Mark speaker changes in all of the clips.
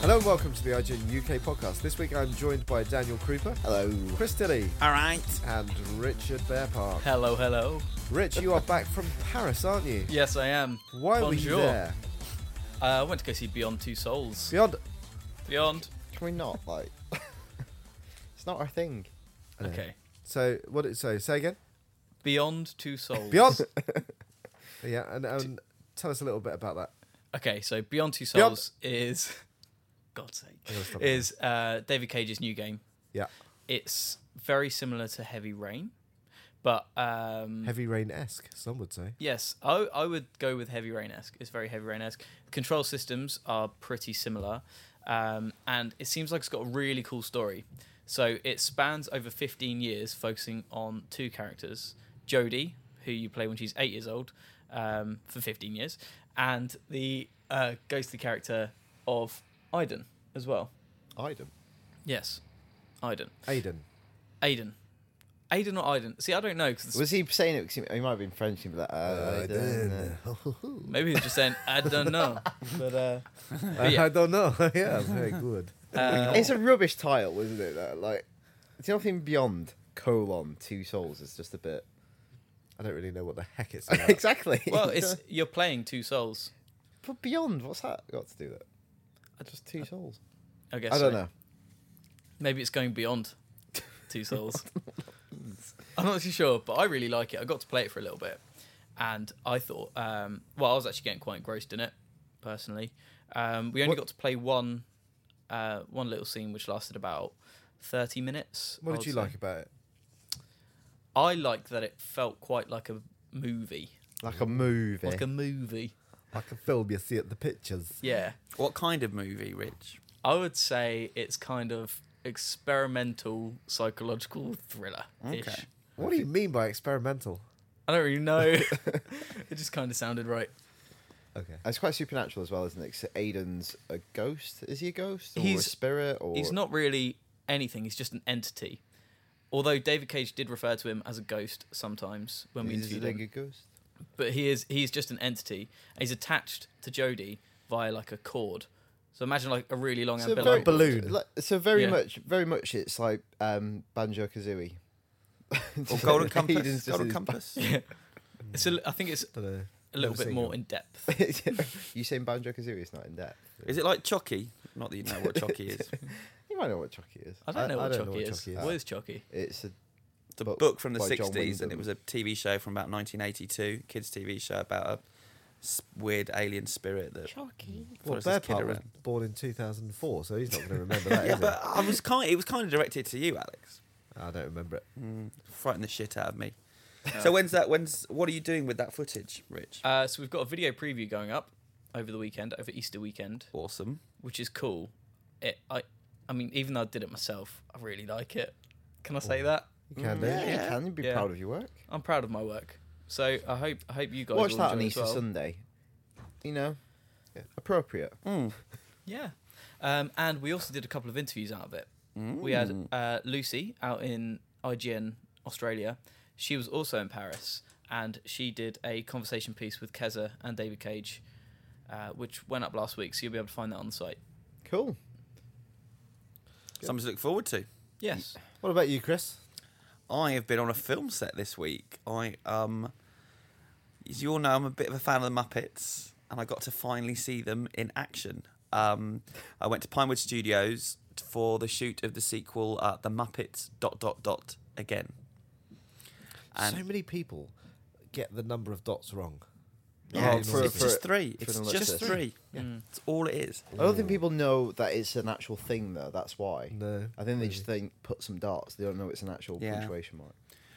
Speaker 1: Hello and welcome to the IGN UK podcast. This week I'm joined by Daniel Cooper,
Speaker 2: Hello.
Speaker 1: Chris Dilly,
Speaker 3: All right.
Speaker 1: and Richard Bearpark.
Speaker 3: Hello, hello.
Speaker 1: Rich, you are back from Paris, aren't you?
Speaker 3: Yes, I am.
Speaker 1: Why were you
Speaker 3: Bonjour.
Speaker 1: there?
Speaker 3: Uh, I went to go see Beyond Two Souls.
Speaker 1: Beyond.
Speaker 3: Beyond.
Speaker 2: Can we not like? it's not our thing.
Speaker 1: know.
Speaker 3: Okay.
Speaker 1: So what? Did, so say again.
Speaker 3: Beyond Two Souls.
Speaker 1: Beyond. yeah, and, and tell us a little bit about that.
Speaker 3: Okay, so Beyond Two
Speaker 1: Beyond-
Speaker 3: Souls is, God's sake,
Speaker 1: gotta stop it
Speaker 3: is uh, David Cage's new game.
Speaker 1: Yeah,
Speaker 3: It's very similar to Heavy Rain, but um,
Speaker 1: heavy rain esque. Some would say.
Speaker 3: Yes, I, I would go with Heavy Rain esque. It's very Heavy Rain esque. Control systems are pretty similar, um, and it seems like it's got a really cool story. So it spans over 15 years, focusing on two characters Jodie, who you play when she's eight years old, um, for 15 years, and the uh, ghostly character of Iden as well.
Speaker 2: Item.
Speaker 3: Yes, Iden.
Speaker 1: Aiden.
Speaker 3: Aiden. Aiden or Iden? See, I don't know because
Speaker 2: Was he saying it? 'cause he, he might have been French. He'd be like, uh, I don't know.
Speaker 3: maybe he's just saying, I don't know. But uh,
Speaker 1: I,
Speaker 3: yeah.
Speaker 1: I don't know. yeah, very good.
Speaker 2: uh, It's a rubbish title, isn't it? That like, it's nothing beyond colon two souls. It's just a bit.
Speaker 1: I don't really know what the heck it's about.
Speaker 2: exactly.
Speaker 3: well, it's you're playing two souls.
Speaker 2: but beyond. What's that got to do with it? Just two souls.
Speaker 3: I guess.
Speaker 2: I don't
Speaker 3: so.
Speaker 2: know.
Speaker 3: Maybe it's going beyond two souls. I'm not too sure, but I really like it. I got to play it for a little bit, and I thought, um, well, I was actually getting quite engrossed in it personally. Um, we only
Speaker 1: What-
Speaker 3: got to play one, uh, one little scene which lasted about thirty minutes.
Speaker 1: What
Speaker 3: I
Speaker 1: did
Speaker 3: would
Speaker 1: you
Speaker 3: say.
Speaker 1: like about it?
Speaker 3: I liked that it felt quite like a movie,
Speaker 2: Like a movie.
Speaker 3: like a movie.
Speaker 1: Like a film, you see at the pictures.
Speaker 3: Yeah,
Speaker 4: What kind of movie, Rich?
Speaker 3: I would say it's kind of experimental psychological thriller.
Speaker 4: Okay.
Speaker 1: What do you mean by experimental?
Speaker 3: I don't really know. it just kind of sounded right.
Speaker 1: Okay.
Speaker 2: It's quite supernatural as well, isn't it? 'Cause Aiden's a ghost. Is he a ghost or
Speaker 3: He's-
Speaker 2: a spirit? Or
Speaker 3: He's not really anything. He's just an entity. Although David Cage did refer to him as a ghost sometimes when we
Speaker 2: Is he
Speaker 3: interviewed
Speaker 2: like a
Speaker 3: him,
Speaker 2: ghost?
Speaker 3: but he is he's just an entity. He's attached to Jodie via like a cord. So imagine like a really long
Speaker 2: So
Speaker 3: umbilical.
Speaker 1: very- balloon.
Speaker 2: like- so very
Speaker 3: Yeah.
Speaker 2: much, very much, it's like um, Banjo Kazooie.
Speaker 4: Or Golden Compass? Golden Compass?
Speaker 3: It's a li- I think it's
Speaker 1: Dunno.
Speaker 3: a little
Speaker 1: Never
Speaker 3: bit
Speaker 1: seen
Speaker 3: more
Speaker 1: him.
Speaker 3: in depth.
Speaker 2: you saying Banjo Kazooie is not in depth?
Speaker 4: Is it like Chucky? Not that you know what Chucky is.
Speaker 2: You might know what Chucky is.
Speaker 3: I don't
Speaker 1: I-
Speaker 3: know
Speaker 1: I
Speaker 3: what
Speaker 1: don't know
Speaker 3: Chucky
Speaker 1: what
Speaker 3: is.
Speaker 1: Chucky is.
Speaker 3: What is Chucky?
Speaker 2: It's a
Speaker 4: It's a
Speaker 2: But-
Speaker 4: book from the
Speaker 2: by John
Speaker 4: 60s, and
Speaker 2: Wyndham.
Speaker 4: it was a TV show from about 1982, kids' TV show about a s- weird alien spirit that
Speaker 3: Chucky.
Speaker 1: Well,
Speaker 4: follows this kid
Speaker 1: Bearpart was
Speaker 4: around.
Speaker 1: born in 2004, so he's not going to remember that.
Speaker 4: Yeah,
Speaker 1: is
Speaker 4: but I was kind. It was kind of directed to you, Alex.
Speaker 1: he? I don't remember it.
Speaker 4: Mm, frightened the shit out of me. So when's that? When's what are you doing with that footage, Rich?
Speaker 3: Uh, so we've got a video preview going up over the weekend, over Easter weekend.
Speaker 4: Awesome.
Speaker 3: which is cool. It, I, I mean, even though I did it myself, I really like it. Can I say that?
Speaker 1: You can do.
Speaker 2: yeah,
Speaker 1: it.
Speaker 2: you can. You'd be
Speaker 3: Mm, Yeah.
Speaker 2: proud of your work.
Speaker 3: I'm proud of my work. So I hope, I hope you guys
Speaker 2: Watch
Speaker 3: will
Speaker 2: that on
Speaker 3: enjoy it
Speaker 2: Easter
Speaker 3: as well.
Speaker 2: Sunday. You know, appropriate.
Speaker 3: Mm. Yeah, um, and we also did a couple of interviews out of it. We had uh, Lucy out in IGN Australia. She was also in Paris, and she did a conversation piece with Keza and David Cage, uh, which went up last week. So you'll be able to find that on the site.
Speaker 2: Cool.
Speaker 4: Something to look forward to.
Speaker 3: Yes.
Speaker 1: What about you, Chris?
Speaker 4: I have been on a film set this week. I um, as you all know, I'm a bit of a fan of the Muppets, and I got to finally see them in action. Um, I went to Pinewood Studios for the shoot of the sequel, uh, The Muppets dot dot dot again. And
Speaker 1: so many people get the number of dots wrong.
Speaker 4: yeah,
Speaker 1: Oh,
Speaker 4: it's,
Speaker 1: for-
Speaker 4: it's
Speaker 1: for-
Speaker 4: just three.
Speaker 2: for
Speaker 4: It's
Speaker 2: an
Speaker 4: just
Speaker 2: ellipsis.
Speaker 4: three.
Speaker 3: Mm.
Speaker 4: It's all it is.
Speaker 2: I don't think people know that it's an actual thing, though. That's why.
Speaker 1: No,
Speaker 2: I think they just think put some darts. They don't know it's an actual
Speaker 4: Yeah.
Speaker 2: punctuation mark.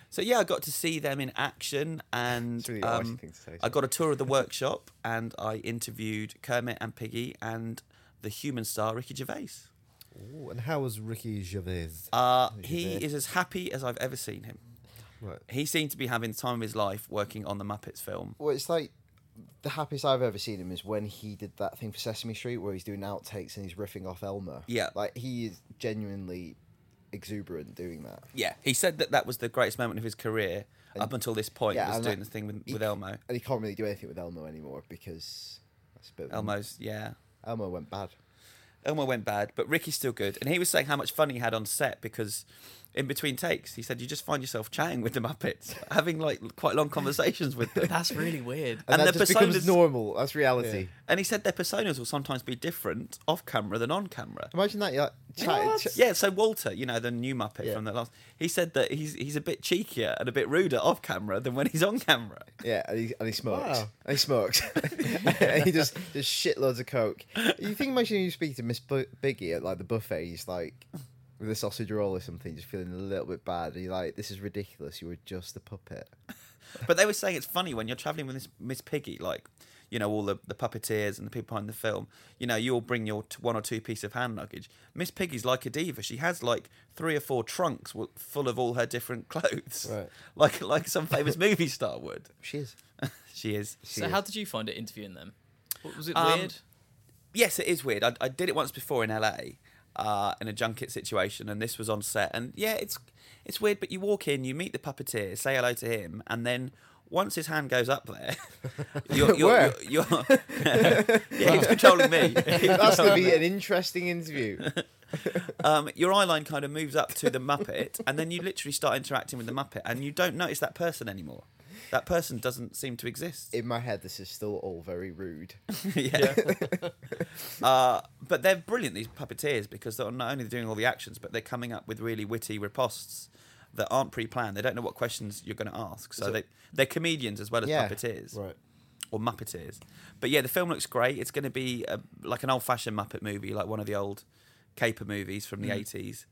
Speaker 4: So yeah, I got to see them in action, and
Speaker 2: It's really
Speaker 4: um,
Speaker 2: arty thing to say,
Speaker 4: I got a tour of the workshop, and I interviewed Kermit and Piggy and the human star Ricky Gervais.
Speaker 1: Ooh, and how was Ricky Gervais?
Speaker 4: Uh, he is as happy as I've ever seen him.
Speaker 1: Right.
Speaker 4: He seemed to be having the time of his life working on the Muppets film.
Speaker 2: Well, it's like the happiest I've ever seen him is when he did that thing for Sesame Street where he's doing outtakes and he's riffing off Elmer.
Speaker 4: Yeah.
Speaker 2: like he is genuinely exuberant doing that.
Speaker 4: Yeah, he said that that was the greatest moment of his career up until this point.
Speaker 2: yeah,
Speaker 4: was
Speaker 2: and
Speaker 4: doing
Speaker 2: that-
Speaker 4: the thing with,
Speaker 2: he-
Speaker 4: with Elmo.
Speaker 2: And he can't really do anything with Elmo anymore because that's a bit.
Speaker 4: Elmo's yeah.
Speaker 2: Elmo went bad.
Speaker 4: Elmo went bad, but Ricky's still good. And he was saying how much fun he had on set because in between takes, he said you just find yourself chatting with the Muppets, having like quite long conversations with them.
Speaker 3: That's really weird.
Speaker 2: And,
Speaker 4: And
Speaker 2: that
Speaker 4: the
Speaker 2: just becomes
Speaker 4: personas-
Speaker 2: normal. That's reality.
Speaker 4: and he said their personas will sometimes be different off camera than on camera.
Speaker 2: Imagine that. You're like, chat, chat-
Speaker 4: Yeah, so Walter, you know, the new Muppet
Speaker 2: Yeah.
Speaker 4: from the last, he said that he's he's a bit cheekier and a bit ruder off camera than when he's on camera.
Speaker 2: Yeah, and he, and he smokes.
Speaker 1: Wow.
Speaker 2: And he smokes. and he just just shitloads of coke. You think imagine you speak to Miss Bu- Biggie at like the buffet, he's like with a sausage roll or something, just feeling a little bit bad. And you're like, this is ridiculous. You were just a puppet.
Speaker 4: But they were saying it's funny when you're traveling with this Miss Piggy, like you know all the, the puppeteers and the people behind the film. You know, you all bring your t- one or two piece of hand luggage. Miss Piggy's like a diva. She has like three or four trunks w- full of all her different clothes,
Speaker 2: Right.
Speaker 4: like like some famous movie star would.
Speaker 2: She is.
Speaker 4: She is.
Speaker 2: She
Speaker 3: So
Speaker 2: is.
Speaker 3: how did you find it interviewing them? What, was it
Speaker 4: Um,
Speaker 3: weird?
Speaker 4: yes, it is weird. I, I did it once before in LA uh, in a junket situation, and this was on set. And yeah, it's it's weird, but you walk in, you meet the puppeteer, say hello to him, and then once his hand goes up there, you're, you're,
Speaker 2: Where?
Speaker 4: you're, you're- yeah, he was controlling me. He was
Speaker 2: That's going to
Speaker 4: controlling
Speaker 2: be
Speaker 4: me.
Speaker 2: an interesting interview.
Speaker 4: Um, your eye line kind of moves up to the Muppet, and then you literally start interacting with the Muppet, and you don't notice that person anymore. That person doesn't seem to exist.
Speaker 2: In my head, this is still all very rude.
Speaker 4: yeah. uh, but they're brilliant, these puppeteers, because they're not only doing all the actions, but they're coming up with really witty riposts that aren't pre planned. They don't know what questions you're going to ask. So,
Speaker 2: So-
Speaker 4: they, they're comedians as well as
Speaker 2: Yeah,
Speaker 4: puppeteers.
Speaker 1: Right.
Speaker 4: Or Muppeteers. But yeah, the film looks great. It's going to be a, like an old fashioned Muppet movie, like one of the old caper movies from the 80s.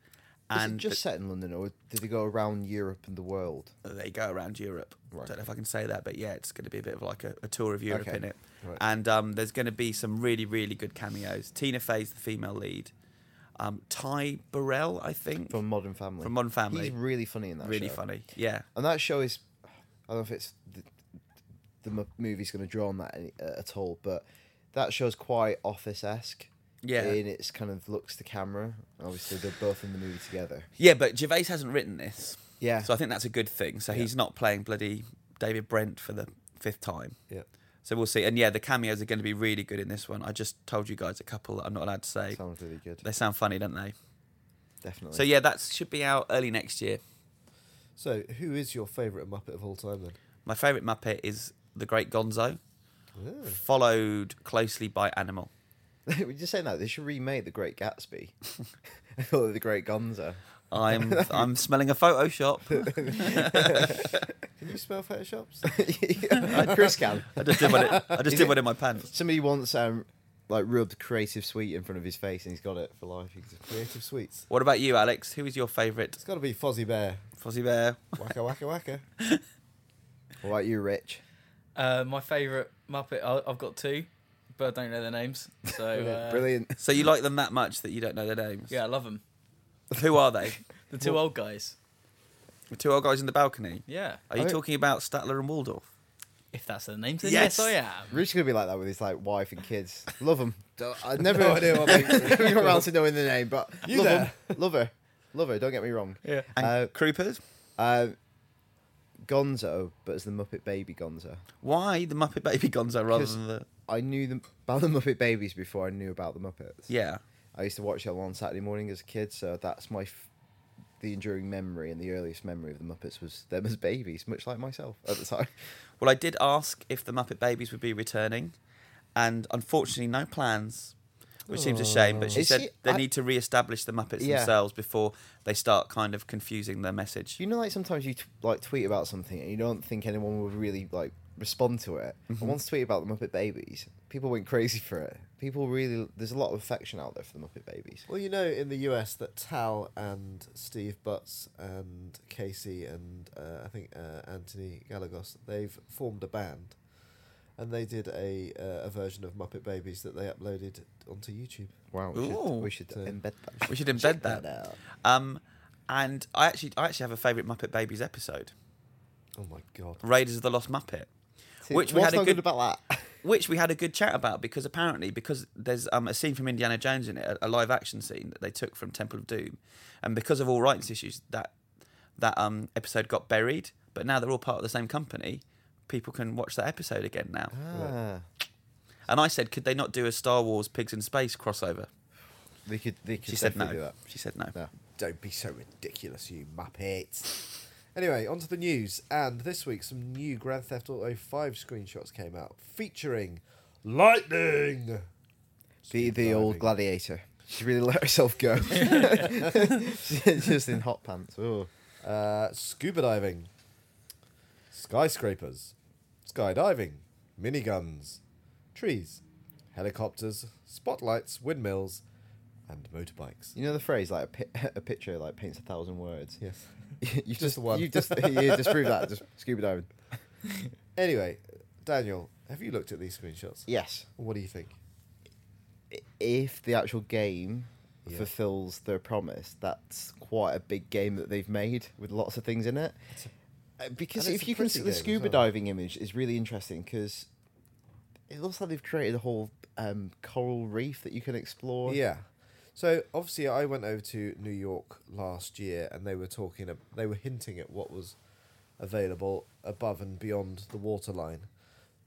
Speaker 2: Mm. is it just set in London, or did they go around Europe and the world?
Speaker 4: they go around Europe.
Speaker 2: Right.
Speaker 4: Don't know if I can say that, but yeah, it's going to be a bit of like a, a tour of Europe
Speaker 2: Okay.
Speaker 4: in it.
Speaker 2: Right.
Speaker 4: And um, there's going to be some really, really good cameos. Tina Fey's the female lead. Um, Ty Burrell, I think,
Speaker 2: From Modern Family.
Speaker 4: From Modern Family.
Speaker 2: He's really funny in that
Speaker 4: really
Speaker 2: show.
Speaker 4: funny. Yeah,
Speaker 2: And that show is, I don't know if it's the, the mo- movie's going to draw on that any, uh, at all, but that show's quite office esque.
Speaker 4: Yeah.
Speaker 2: In its kind of looks to camera. Obviously, they're both in the movie together.
Speaker 4: yeah. But Gervais hasn't written this,
Speaker 2: Yeah.
Speaker 4: so I think that's a good thing. So he's not playing bloody David Brent for the fifth time.
Speaker 1: Yeah.
Speaker 4: So we'll see. And yeah, the cameos are going to be really good in this one. I just told you guys a couple that I'm not allowed to say.
Speaker 2: Sounds really good.
Speaker 4: They sound funny, don't they?
Speaker 2: Definitely.
Speaker 4: So yeah, that should be out early next year.
Speaker 1: So, who is your favourite Muppet of all time then?
Speaker 4: My favourite Muppet is the Great Gonzo.
Speaker 1: Ooh.
Speaker 4: followed closely by Animal.
Speaker 2: We're just saying that. They should remake The Great Gatsby. I thought The Great Gonzo.
Speaker 4: I'm I'm smelling a Photoshop.
Speaker 1: Can you smell photoshops?
Speaker 2: Chris can.
Speaker 4: I just did one. In, I just
Speaker 2: Is
Speaker 4: did
Speaker 2: it-
Speaker 4: one in my pants.
Speaker 2: Somebody once um, like rubbed Creative Suite in front of his face and he's got it for life. He can-
Speaker 1: Creative Sweets.
Speaker 4: What about you, Alex? Who is your favourite
Speaker 1: It's got to be Fozzie Bear.
Speaker 4: Fozzie Bear?
Speaker 1: Wacka, wacka, wacka.
Speaker 2: What about you, Rich?
Speaker 3: Uh, my favourite Muppet, I, I've got two, but I don't know their names. So
Speaker 1: Brilliant,
Speaker 3: uh,
Speaker 2: Brilliant.
Speaker 4: So you like them that much that you don't know their names?
Speaker 3: Yeah, I love them.
Speaker 4: Who are they?
Speaker 3: The two old guys.
Speaker 4: The two old guys in the balcony.
Speaker 3: Yeah,
Speaker 4: Are you
Speaker 2: I-
Speaker 4: talking about Statler and Waldorf?
Speaker 3: if that's their names, then yes,
Speaker 4: Yes.
Speaker 3: I am.
Speaker 2: Rich's gonna be like that with his like wife and kids. Love him. I never
Speaker 1: No idea what they-
Speaker 2: never got around to knowing the name, but
Speaker 1: You
Speaker 2: love
Speaker 1: there.
Speaker 2: him. Love her. Love her. Don't get me wrong.
Speaker 3: Yeah.
Speaker 4: And
Speaker 2: Uh,
Speaker 4: Croopers?
Speaker 2: Uh, Gonzo, but as the Muppet Baby Gonzo.
Speaker 4: Why the Muppet Baby Gonzo rather
Speaker 2: 'Cause-
Speaker 4: than the?
Speaker 2: I knew them about the Muppet Babies before I knew about the Muppets.
Speaker 4: Yeah.
Speaker 2: I used to watch it on Saturday morning as a kid, so that's my f- the enduring memory and the earliest memory of the Muppets was them as babies, much like myself at the time.
Speaker 4: Well, I did ask if the Muppet Babies would be returning, and unfortunately, no plans, which seems a shame. But she
Speaker 2: Is
Speaker 4: said
Speaker 2: she-
Speaker 4: they
Speaker 2: I-
Speaker 4: need to re-establish the Muppets
Speaker 2: Yeah.
Speaker 4: themselves before they start kind of confusing their message.
Speaker 2: Do you know like sometimes you t- like tweet about something and you don't think anyone will really like respond to it?
Speaker 4: Mm-hmm.
Speaker 2: I once tweeted about the Muppet Babies. People went crazy for it. People really there's a lot of affection out there for the Muppet Babies.
Speaker 1: Well, you know, in the US, that Tal and Steve Butts and Casey and uh, I think uh, Anthony Galagos, they've formed a band, and they did a uh, a version of Muppet Babies that they uploaded onto YouTube.
Speaker 2: Wow, we should,
Speaker 4: Ooh.
Speaker 2: we should
Speaker 1: So-
Speaker 2: embed that.
Speaker 4: uh, We should embed that.
Speaker 2: out.
Speaker 4: Um, and I actually, I actually have a favourite Muppet Babies episode,
Speaker 1: Oh my god!
Speaker 4: Raiders of the Lost Muppet,
Speaker 2: See,
Speaker 4: Which we
Speaker 2: what's
Speaker 4: had a
Speaker 2: not good
Speaker 4: good-
Speaker 2: about that.
Speaker 4: which we had a good chat about because apparently, because there's um, a scene from Indiana Jones in it, a, a live action scene that they took from Temple of Doom, and because of all rights issues, that that um, episode got buried. But now they're all part of the same company. People can watch that episode again now.
Speaker 2: Ah.
Speaker 4: And I said, could they not do a Star Wars Pigs in Space crossover?
Speaker 2: They could. They could
Speaker 4: She said
Speaker 2: definitely
Speaker 4: no.
Speaker 2: do
Speaker 4: She said no.
Speaker 2: that. No.
Speaker 1: Don't be so ridiculous, you muppet. Anyway, onto the news. And this week, some new Grand Theft Auto 5 screenshots came out featuring lightning.
Speaker 2: The
Speaker 1: Speed
Speaker 2: the
Speaker 1: driving.
Speaker 2: old gladiator. She really let herself go. Just in hot pants. Oh.
Speaker 1: Uh, scuba diving, skyscrapers, skydiving, miniguns, trees, helicopters, spotlights, windmills, and motorbikes.
Speaker 2: You know the phrase like a, pi- a picture like paints a thousand words.
Speaker 1: Yes.
Speaker 2: you
Speaker 1: Just
Speaker 2: just,
Speaker 1: the one.
Speaker 2: You just you disprove that. Just scuba diving.
Speaker 1: Anyway, Daniel, have you looked at these screenshots?
Speaker 2: Yes.
Speaker 1: What do you think?
Speaker 2: I- If the actual game
Speaker 1: Yeah.
Speaker 2: fulfills their promise, that's quite a big game that they've made with lots of things in it. Uh, because
Speaker 1: and it's
Speaker 2: if
Speaker 1: a
Speaker 2: you can
Speaker 1: pretty
Speaker 2: see
Speaker 1: game
Speaker 2: the
Speaker 1: as
Speaker 2: scuba
Speaker 1: well.
Speaker 2: diving image is really interesting because it looks like they've created a whole um, coral reef that you can explore.
Speaker 1: Yeah. So obviously, I went over to New York last year, and they were talking. ab- They were hinting at what was available above and beyond the waterline,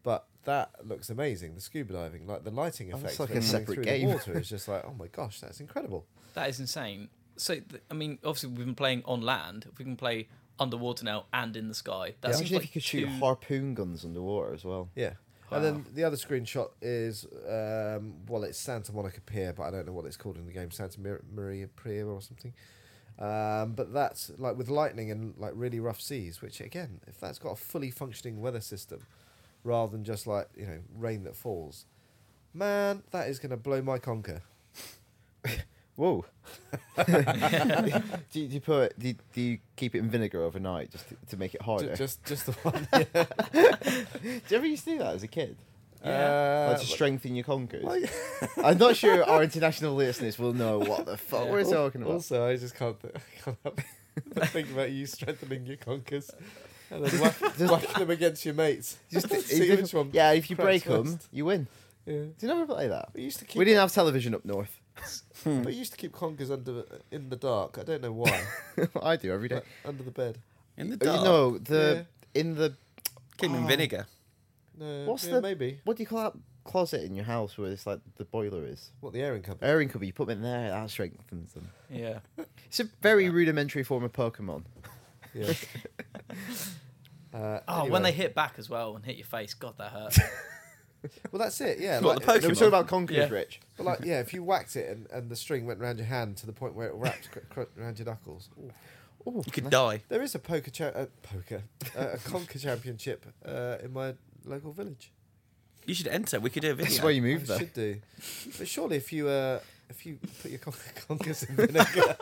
Speaker 1: but that looks amazing. The scuba diving, like the lighting
Speaker 2: Oh,
Speaker 1: effect,
Speaker 2: that's like
Speaker 1: of it
Speaker 2: a
Speaker 1: coming
Speaker 2: separate
Speaker 1: through
Speaker 2: game.
Speaker 1: The water is just like, oh my gosh, that's incredible.
Speaker 3: That is insane. So, th- I mean, obviously, we've been playing on land. If we can play underwater now and in the sky, that seems
Speaker 2: Imagine
Speaker 3: like
Speaker 2: if you could shoot
Speaker 3: two-
Speaker 2: harpoon guns underwater as well.
Speaker 1: Yeah. And then the other screenshot is, um, well, it's Santa Monica Pier, but I don't know what it's called in the game, Santa Mir- Maria Pier or something. Um, but that's like with lightning and like really rough seas, which again, if that's got a fully functioning weather system, rather than just like you know rain that falls, man, that is going to blow my conker.
Speaker 2: Whoa. do, you, do you put do you, do you keep it in vinegar overnight just to, to make it harder?
Speaker 1: Ju- Just, just the one.
Speaker 2: do you ever used to do that as a kid?
Speaker 1: Uh,
Speaker 2: like to strengthen your conkers.
Speaker 1: well,
Speaker 2: I'm not sure our international listeners will know what the fuck
Speaker 3: Yeah.
Speaker 2: we're
Speaker 1: Al-
Speaker 2: talking about.
Speaker 1: Also, I just can't, th- can't help but think about you strengthening your conkers and then whack, whacking them against your mates.
Speaker 2: Just
Speaker 1: see
Speaker 2: if-
Speaker 1: which one.
Speaker 2: yeah, if you
Speaker 1: cracks
Speaker 2: break them,
Speaker 1: first.
Speaker 2: you win.
Speaker 1: Yeah.
Speaker 2: Do you never play that?
Speaker 1: We used to keep.
Speaker 2: We didn't have Hmm. television up north.
Speaker 1: But you used to keep conkers under in the dark. I don't know why.
Speaker 2: I do every day.
Speaker 1: but under the bed.
Speaker 4: In the
Speaker 2: Oh,
Speaker 4: dark.
Speaker 2: You know the in the
Speaker 4: Keep them in
Speaker 2: Oh.
Speaker 4: vinegar.
Speaker 1: No.
Speaker 2: What's
Speaker 1: yeah,
Speaker 2: the-
Speaker 1: maybe?
Speaker 2: what do you call that closet in your house where it's like the boiler is?
Speaker 1: What the airing company?
Speaker 2: Airing cupboard. You put them in there. That strengthens them.
Speaker 3: Yeah.
Speaker 2: It's a very rudimentary form of Pokemon.
Speaker 1: Yeah. Uh,
Speaker 3: Oh, when they
Speaker 1: anyway.
Speaker 3: hit back as well and hit your face, God, that hurt.
Speaker 1: well, that's it. Yeah, like,
Speaker 4: What, the Pokemon?
Speaker 2: No, we're talking about Conker's
Speaker 3: Yeah.
Speaker 2: Rich.
Speaker 1: but like, yeah. If you whacked it and, and the string went round your hand to the point where it wrapped cr- cr- around your knuckles, Ooh.
Speaker 2: Ooh,
Speaker 4: You could
Speaker 2: nice.
Speaker 4: die.
Speaker 1: There is a poker cha- uh, poker uh, a conker championship uh, in my local village.
Speaker 4: You should enter. We could do a video.
Speaker 2: That's why you move
Speaker 1: I
Speaker 2: there.
Speaker 1: should do, but surely if you uh, if you put your con- conkers in vinegar,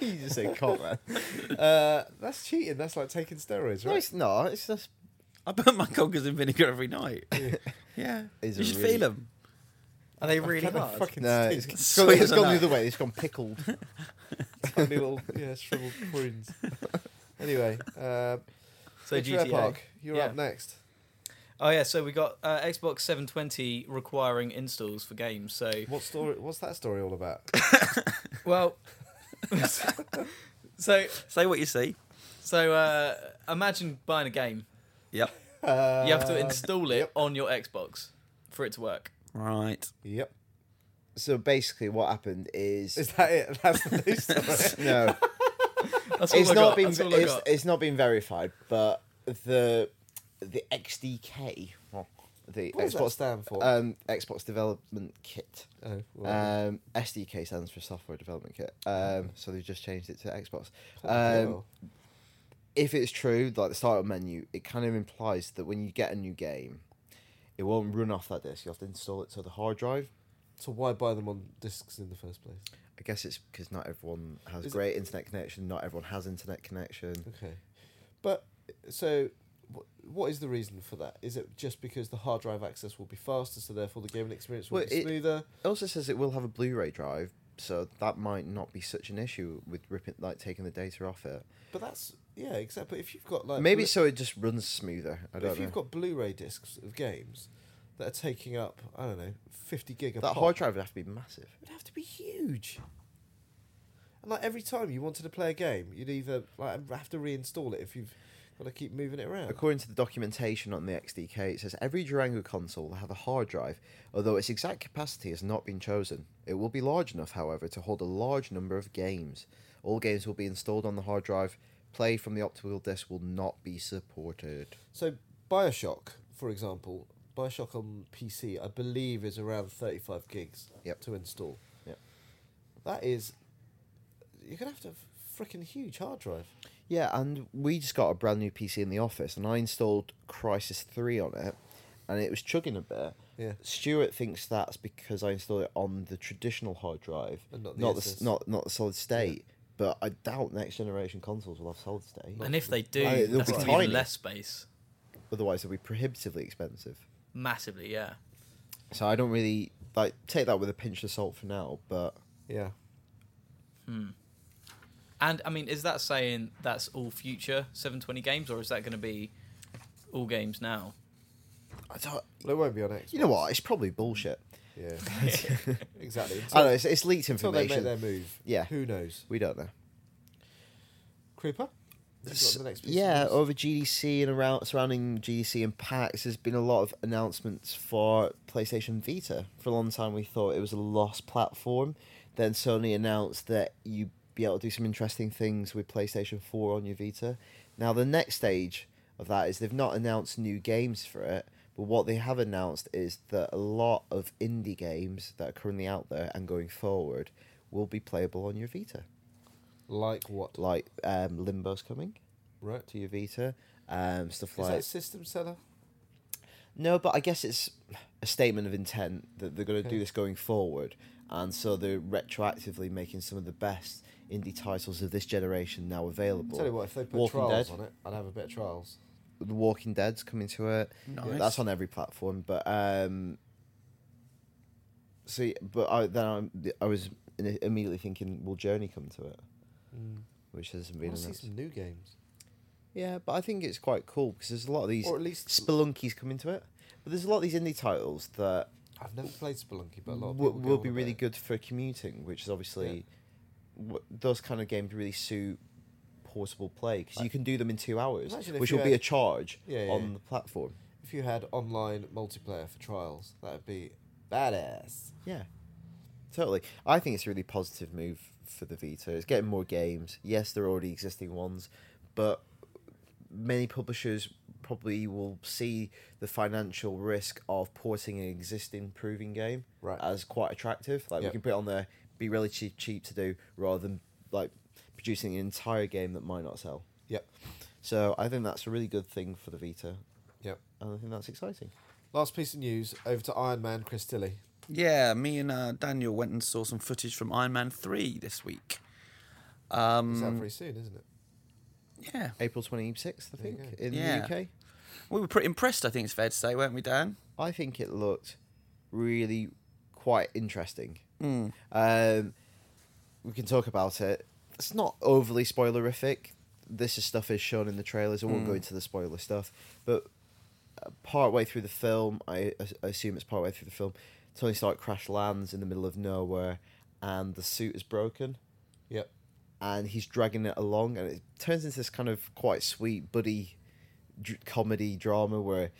Speaker 2: you just say Conker.
Speaker 1: uh, that's cheating. That's like taking steroids,
Speaker 2: No,
Speaker 1: right?
Speaker 2: it's not. It's just
Speaker 4: I put my conkers in vinegar every night. yeah.
Speaker 2: Is
Speaker 4: you
Speaker 2: it
Speaker 4: should
Speaker 2: really-
Speaker 4: feel them.
Speaker 3: Are they really
Speaker 1: Kinda
Speaker 3: hard?
Speaker 1: Fucking
Speaker 2: no.
Speaker 1: no,
Speaker 2: It's,
Speaker 1: stink.
Speaker 2: it's gone,
Speaker 4: Sweet
Speaker 2: it's
Speaker 4: as a
Speaker 2: gone
Speaker 4: nut.
Speaker 2: the other way. It's gone pickled.
Speaker 1: Tiny little yeah shriveled prunes. anyway, uh,
Speaker 3: So
Speaker 1: Trevor
Speaker 3: GTA.
Speaker 1: Park, you're
Speaker 3: Yeah.
Speaker 1: up next.
Speaker 3: Oh yeah, so we got uh, Xbox 720 requiring installs for games. So
Speaker 1: What story? What's that story all about?
Speaker 3: well, so
Speaker 4: Say what you see.
Speaker 3: so uh, imagine buying a game.
Speaker 4: Yep.
Speaker 1: Uh,
Speaker 3: You have to install it
Speaker 1: yep.
Speaker 3: on your Xbox for it to work.
Speaker 4: Right.
Speaker 1: Yep.
Speaker 2: So basically, what happened is,
Speaker 1: Is that it? That's the news story.
Speaker 2: no,
Speaker 3: That's all
Speaker 2: it's not
Speaker 3: I got.
Speaker 2: been
Speaker 3: That's all I
Speaker 2: it's,
Speaker 3: got.
Speaker 2: it's not been verified, but the the XDK, well, the
Speaker 1: What does that
Speaker 2: Xbox
Speaker 1: stand for?
Speaker 2: um, Xbox Development Kit.
Speaker 1: oh, well,
Speaker 2: Um, SDK stands for Software Development Kit. Um, so they've just changed it to Xbox.
Speaker 1: bloody
Speaker 2: Um,
Speaker 1: hell.
Speaker 2: if it's true, like the startup menu, it kind of implies that when you get a new game, it won't run off that disk. You have to install it to the hard drive.
Speaker 1: so why buy them on discs in the first place?
Speaker 2: I guess it's because not everyone has
Speaker 1: Is it-
Speaker 2: great internet connection. Not everyone has internet connection.
Speaker 1: Okay, but so wh- what is the reason for that? Is it just because the hard drive access will be faster, so therefore the gaming experience will
Speaker 2: Well,
Speaker 1: be
Speaker 2: it-
Speaker 1: smoother?
Speaker 2: It also says it will have a Blu-ray drive, so that might not be such an issue with ripping, like taking the data off it.
Speaker 1: But that's yeah, exactly. If you've got like
Speaker 2: Maybe
Speaker 1: Blu-
Speaker 2: so it just runs smoother. I
Speaker 1: but
Speaker 2: don't
Speaker 1: if
Speaker 2: know.
Speaker 1: you've got Blu-ray discs of games that are taking up, I don't know, fifty gig. a
Speaker 2: that
Speaker 1: pop,
Speaker 2: hard drive would have to be massive.
Speaker 1: it would have to be huge. And like every time you wanted to play a game, you'd either like have to reinstall it if you've Got to keep moving it around.
Speaker 2: According to the documentation on the XDK, it says every Durango console will have a hard drive, although its exact capacity has not been chosen. It will be large enough, however, to hold a large number of games. All games will be installed on the hard drive. Play from the optical disc will not be supported.
Speaker 1: So Bioshock, for example, Bioshock on PC, I believe, is around thirty-five gigs
Speaker 2: Yep.
Speaker 1: to install.
Speaker 2: Yep.
Speaker 1: That is, you're gonna have to have freaking huge hard drive.
Speaker 2: Yeah, and we just got a brand new PC in the office, and I installed Crisis 3 on it, and it was chugging a bit.
Speaker 1: Yeah.
Speaker 2: Stuart thinks that's because I installed it on the traditional hard drive,
Speaker 1: And not the
Speaker 2: not the,
Speaker 1: SS.
Speaker 2: s not not the solid state. But I doubt next generation consoles will have solid state.
Speaker 3: And if they do,
Speaker 2: Oh, it'll
Speaker 3: that's
Speaker 2: be
Speaker 3: going to be even
Speaker 2: tiny.
Speaker 3: less space.
Speaker 2: Otherwise, they'll be prohibitively expensive.
Speaker 3: Massively, yeah.
Speaker 2: So I don't really like take that with a pinch of salt for now. But
Speaker 1: Yeah.
Speaker 3: And I mean, is that saying that's all future 720 games, or is that going to be all games now?
Speaker 2: I don't.
Speaker 1: Well, it won't be on Xbox.
Speaker 2: You know what? It's probably bullshit.
Speaker 1: Yeah.
Speaker 3: yeah,
Speaker 1: exactly.
Speaker 2: I don't know. It's, it's leaked
Speaker 1: until they make
Speaker 2: information.
Speaker 1: their move.
Speaker 2: Yeah.
Speaker 1: Who knows?
Speaker 2: we don't know.
Speaker 1: Creeper. You've got the next piece of
Speaker 2: yeah,
Speaker 1: news.
Speaker 2: over GDC and around surrounding GDC and PAX, there's been a lot of announcements for PlayStation Vita. For a long time, we thought it was a lost platform. Then Sony announced that you'd be able to do some interesting things with PlayStation Four on your Vita. Now, the next stage of that is they've not announced new games for it, but what they have announced is that a lot of indie games that are currently out there and going forward will be playable on your Vita.
Speaker 1: Like what?
Speaker 2: Like um, Limbo's coming
Speaker 1: Right.
Speaker 2: to your Vita, um, stuff
Speaker 1: Is
Speaker 2: like
Speaker 1: that system seller?
Speaker 2: no, but I guess it's a statement of intent that they're going to
Speaker 1: Okay.
Speaker 2: do this going forward, and so they're retroactively making some of the best indie titles of this generation now available.
Speaker 1: Tell you what, if they put
Speaker 2: Walking
Speaker 1: trials
Speaker 2: Dead.
Speaker 1: on it, I'd have a bit of trials.
Speaker 2: The Walking Dead's coming to it.
Speaker 4: Nice.
Speaker 2: That's on every platform, but um, see, but I then I, I was in- immediately thinking, will Journey come to it? Which hasn't
Speaker 1: I
Speaker 2: been
Speaker 1: want to Hmm. see
Speaker 2: announced.
Speaker 1: some new games,
Speaker 2: Yeah, but I think it's quite cool because there's a lot of these
Speaker 1: or at least
Speaker 2: Spelunkies come into it, but there's a lot of these indie titles that
Speaker 1: I've never played Spelunky, but a lot of
Speaker 2: will,
Speaker 1: people go
Speaker 2: will
Speaker 1: on
Speaker 2: be
Speaker 1: about
Speaker 2: really
Speaker 1: it.
Speaker 2: good for commuting, which is obviously what, those kind of games really suit portable play because you can do them in two hours,
Speaker 1: Imagine if
Speaker 2: which
Speaker 1: you
Speaker 2: will be a
Speaker 1: had-
Speaker 2: charge
Speaker 1: Yeah, yeah,
Speaker 2: on
Speaker 1: yeah.
Speaker 2: the platform.
Speaker 1: If you had online multiplayer for trials, that'd be badass.
Speaker 2: Yeah, totally. I think it's a really positive move for the Vita. It's getting more games. Yes, there are already existing ones, but many publishers probably will see the financial risk of porting an existing proven game
Speaker 1: Right.
Speaker 2: as quite attractive. Like
Speaker 1: Yep.
Speaker 2: we can put it on there, be really cheap, cheap to do, rather than like producing an entire game that might not sell.
Speaker 1: Yep,
Speaker 2: So I think that's a really good thing for the Vita,
Speaker 1: yep.
Speaker 2: and I think that's exciting.
Speaker 1: Last piece of news over to Iron Man Chris Tilly.
Speaker 4: Yeah, me and uh, Daniel went and saw some footage from Iron Man 3 this week. Um,
Speaker 1: It's
Speaker 2: Mm.
Speaker 1: out very soon, isn't it?
Speaker 4: yeah.
Speaker 2: April twenty sixth, I
Speaker 1: There you
Speaker 2: think,
Speaker 1: go.
Speaker 2: in
Speaker 4: Yeah.
Speaker 2: the UK.
Speaker 4: We were pretty impressed, I think it's fair to say, weren't we, Dan?
Speaker 2: I think it looked really quite interesting. Um, we can talk about it. It's not overly spoilerific. This is stuff is shown in the trailers. I won't go into the spoiler stuff, but uh, part way through the film, I, I assume it's part way through the film. Tony Stark crash lands in the middle of nowhere, and the suit is broken
Speaker 1: Yep.
Speaker 2: and he's dragging it along, and it turns into this kind of quite sweet buddy dr- comedy drama where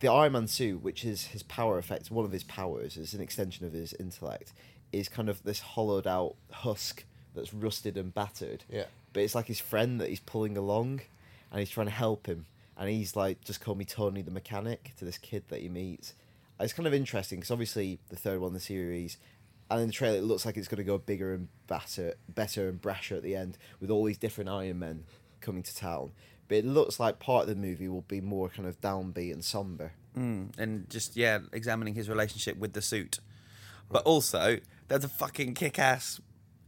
Speaker 2: the Iron Man suit, which is his power effect, one of his powers, is an extension of his intellect, is kind of this hollowed out husk that's rusted and battered.
Speaker 1: Yeah.
Speaker 2: But it's like his friend that he's pulling along, and he's trying to help him, and he's like, "Just call me Tony the mechanic" to this kid that he meets. It's kind of interesting because obviously the third one in the series and in the trailer, it looks like it's going to go bigger and better, better and brasher at the end with all these different Iron Men coming to town. But it looks like part of the movie will be more kind of downbeat and somber.
Speaker 4: Mm. And just, yeah, examining his relationship with the suit. But also, there's a fucking kick ass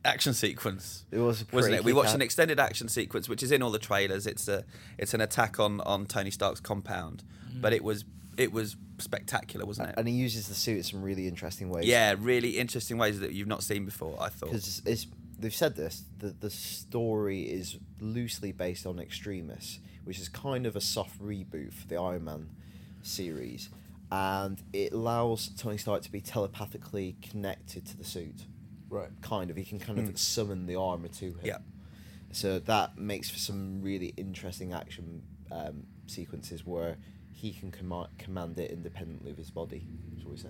Speaker 4: action sequence.
Speaker 2: It was a
Speaker 4: wasn't
Speaker 2: pretty
Speaker 4: it? We watched
Speaker 2: kick-ass-
Speaker 4: an extended action sequence, which is in all the trailers. It's a, it's an attack on on Tony Stark's compound, but it was it was spectacular, wasn't it?
Speaker 2: And he uses the suit in some really interesting ways.
Speaker 4: yeah, really interesting ways that you've not seen before. I thought.
Speaker 2: because it's they've said this that the story is loosely based on Extremis, which is kind of a soft reboot for the Iron Man series, and it allows Tony Stark to be telepathically connected to the suit.
Speaker 1: Right.
Speaker 2: Kind of, he can kind of summon the armor to him.
Speaker 4: Hmm. Yeah.
Speaker 2: So that makes for some really interesting action um, sequences where he can command command it independently of his body, shall we say?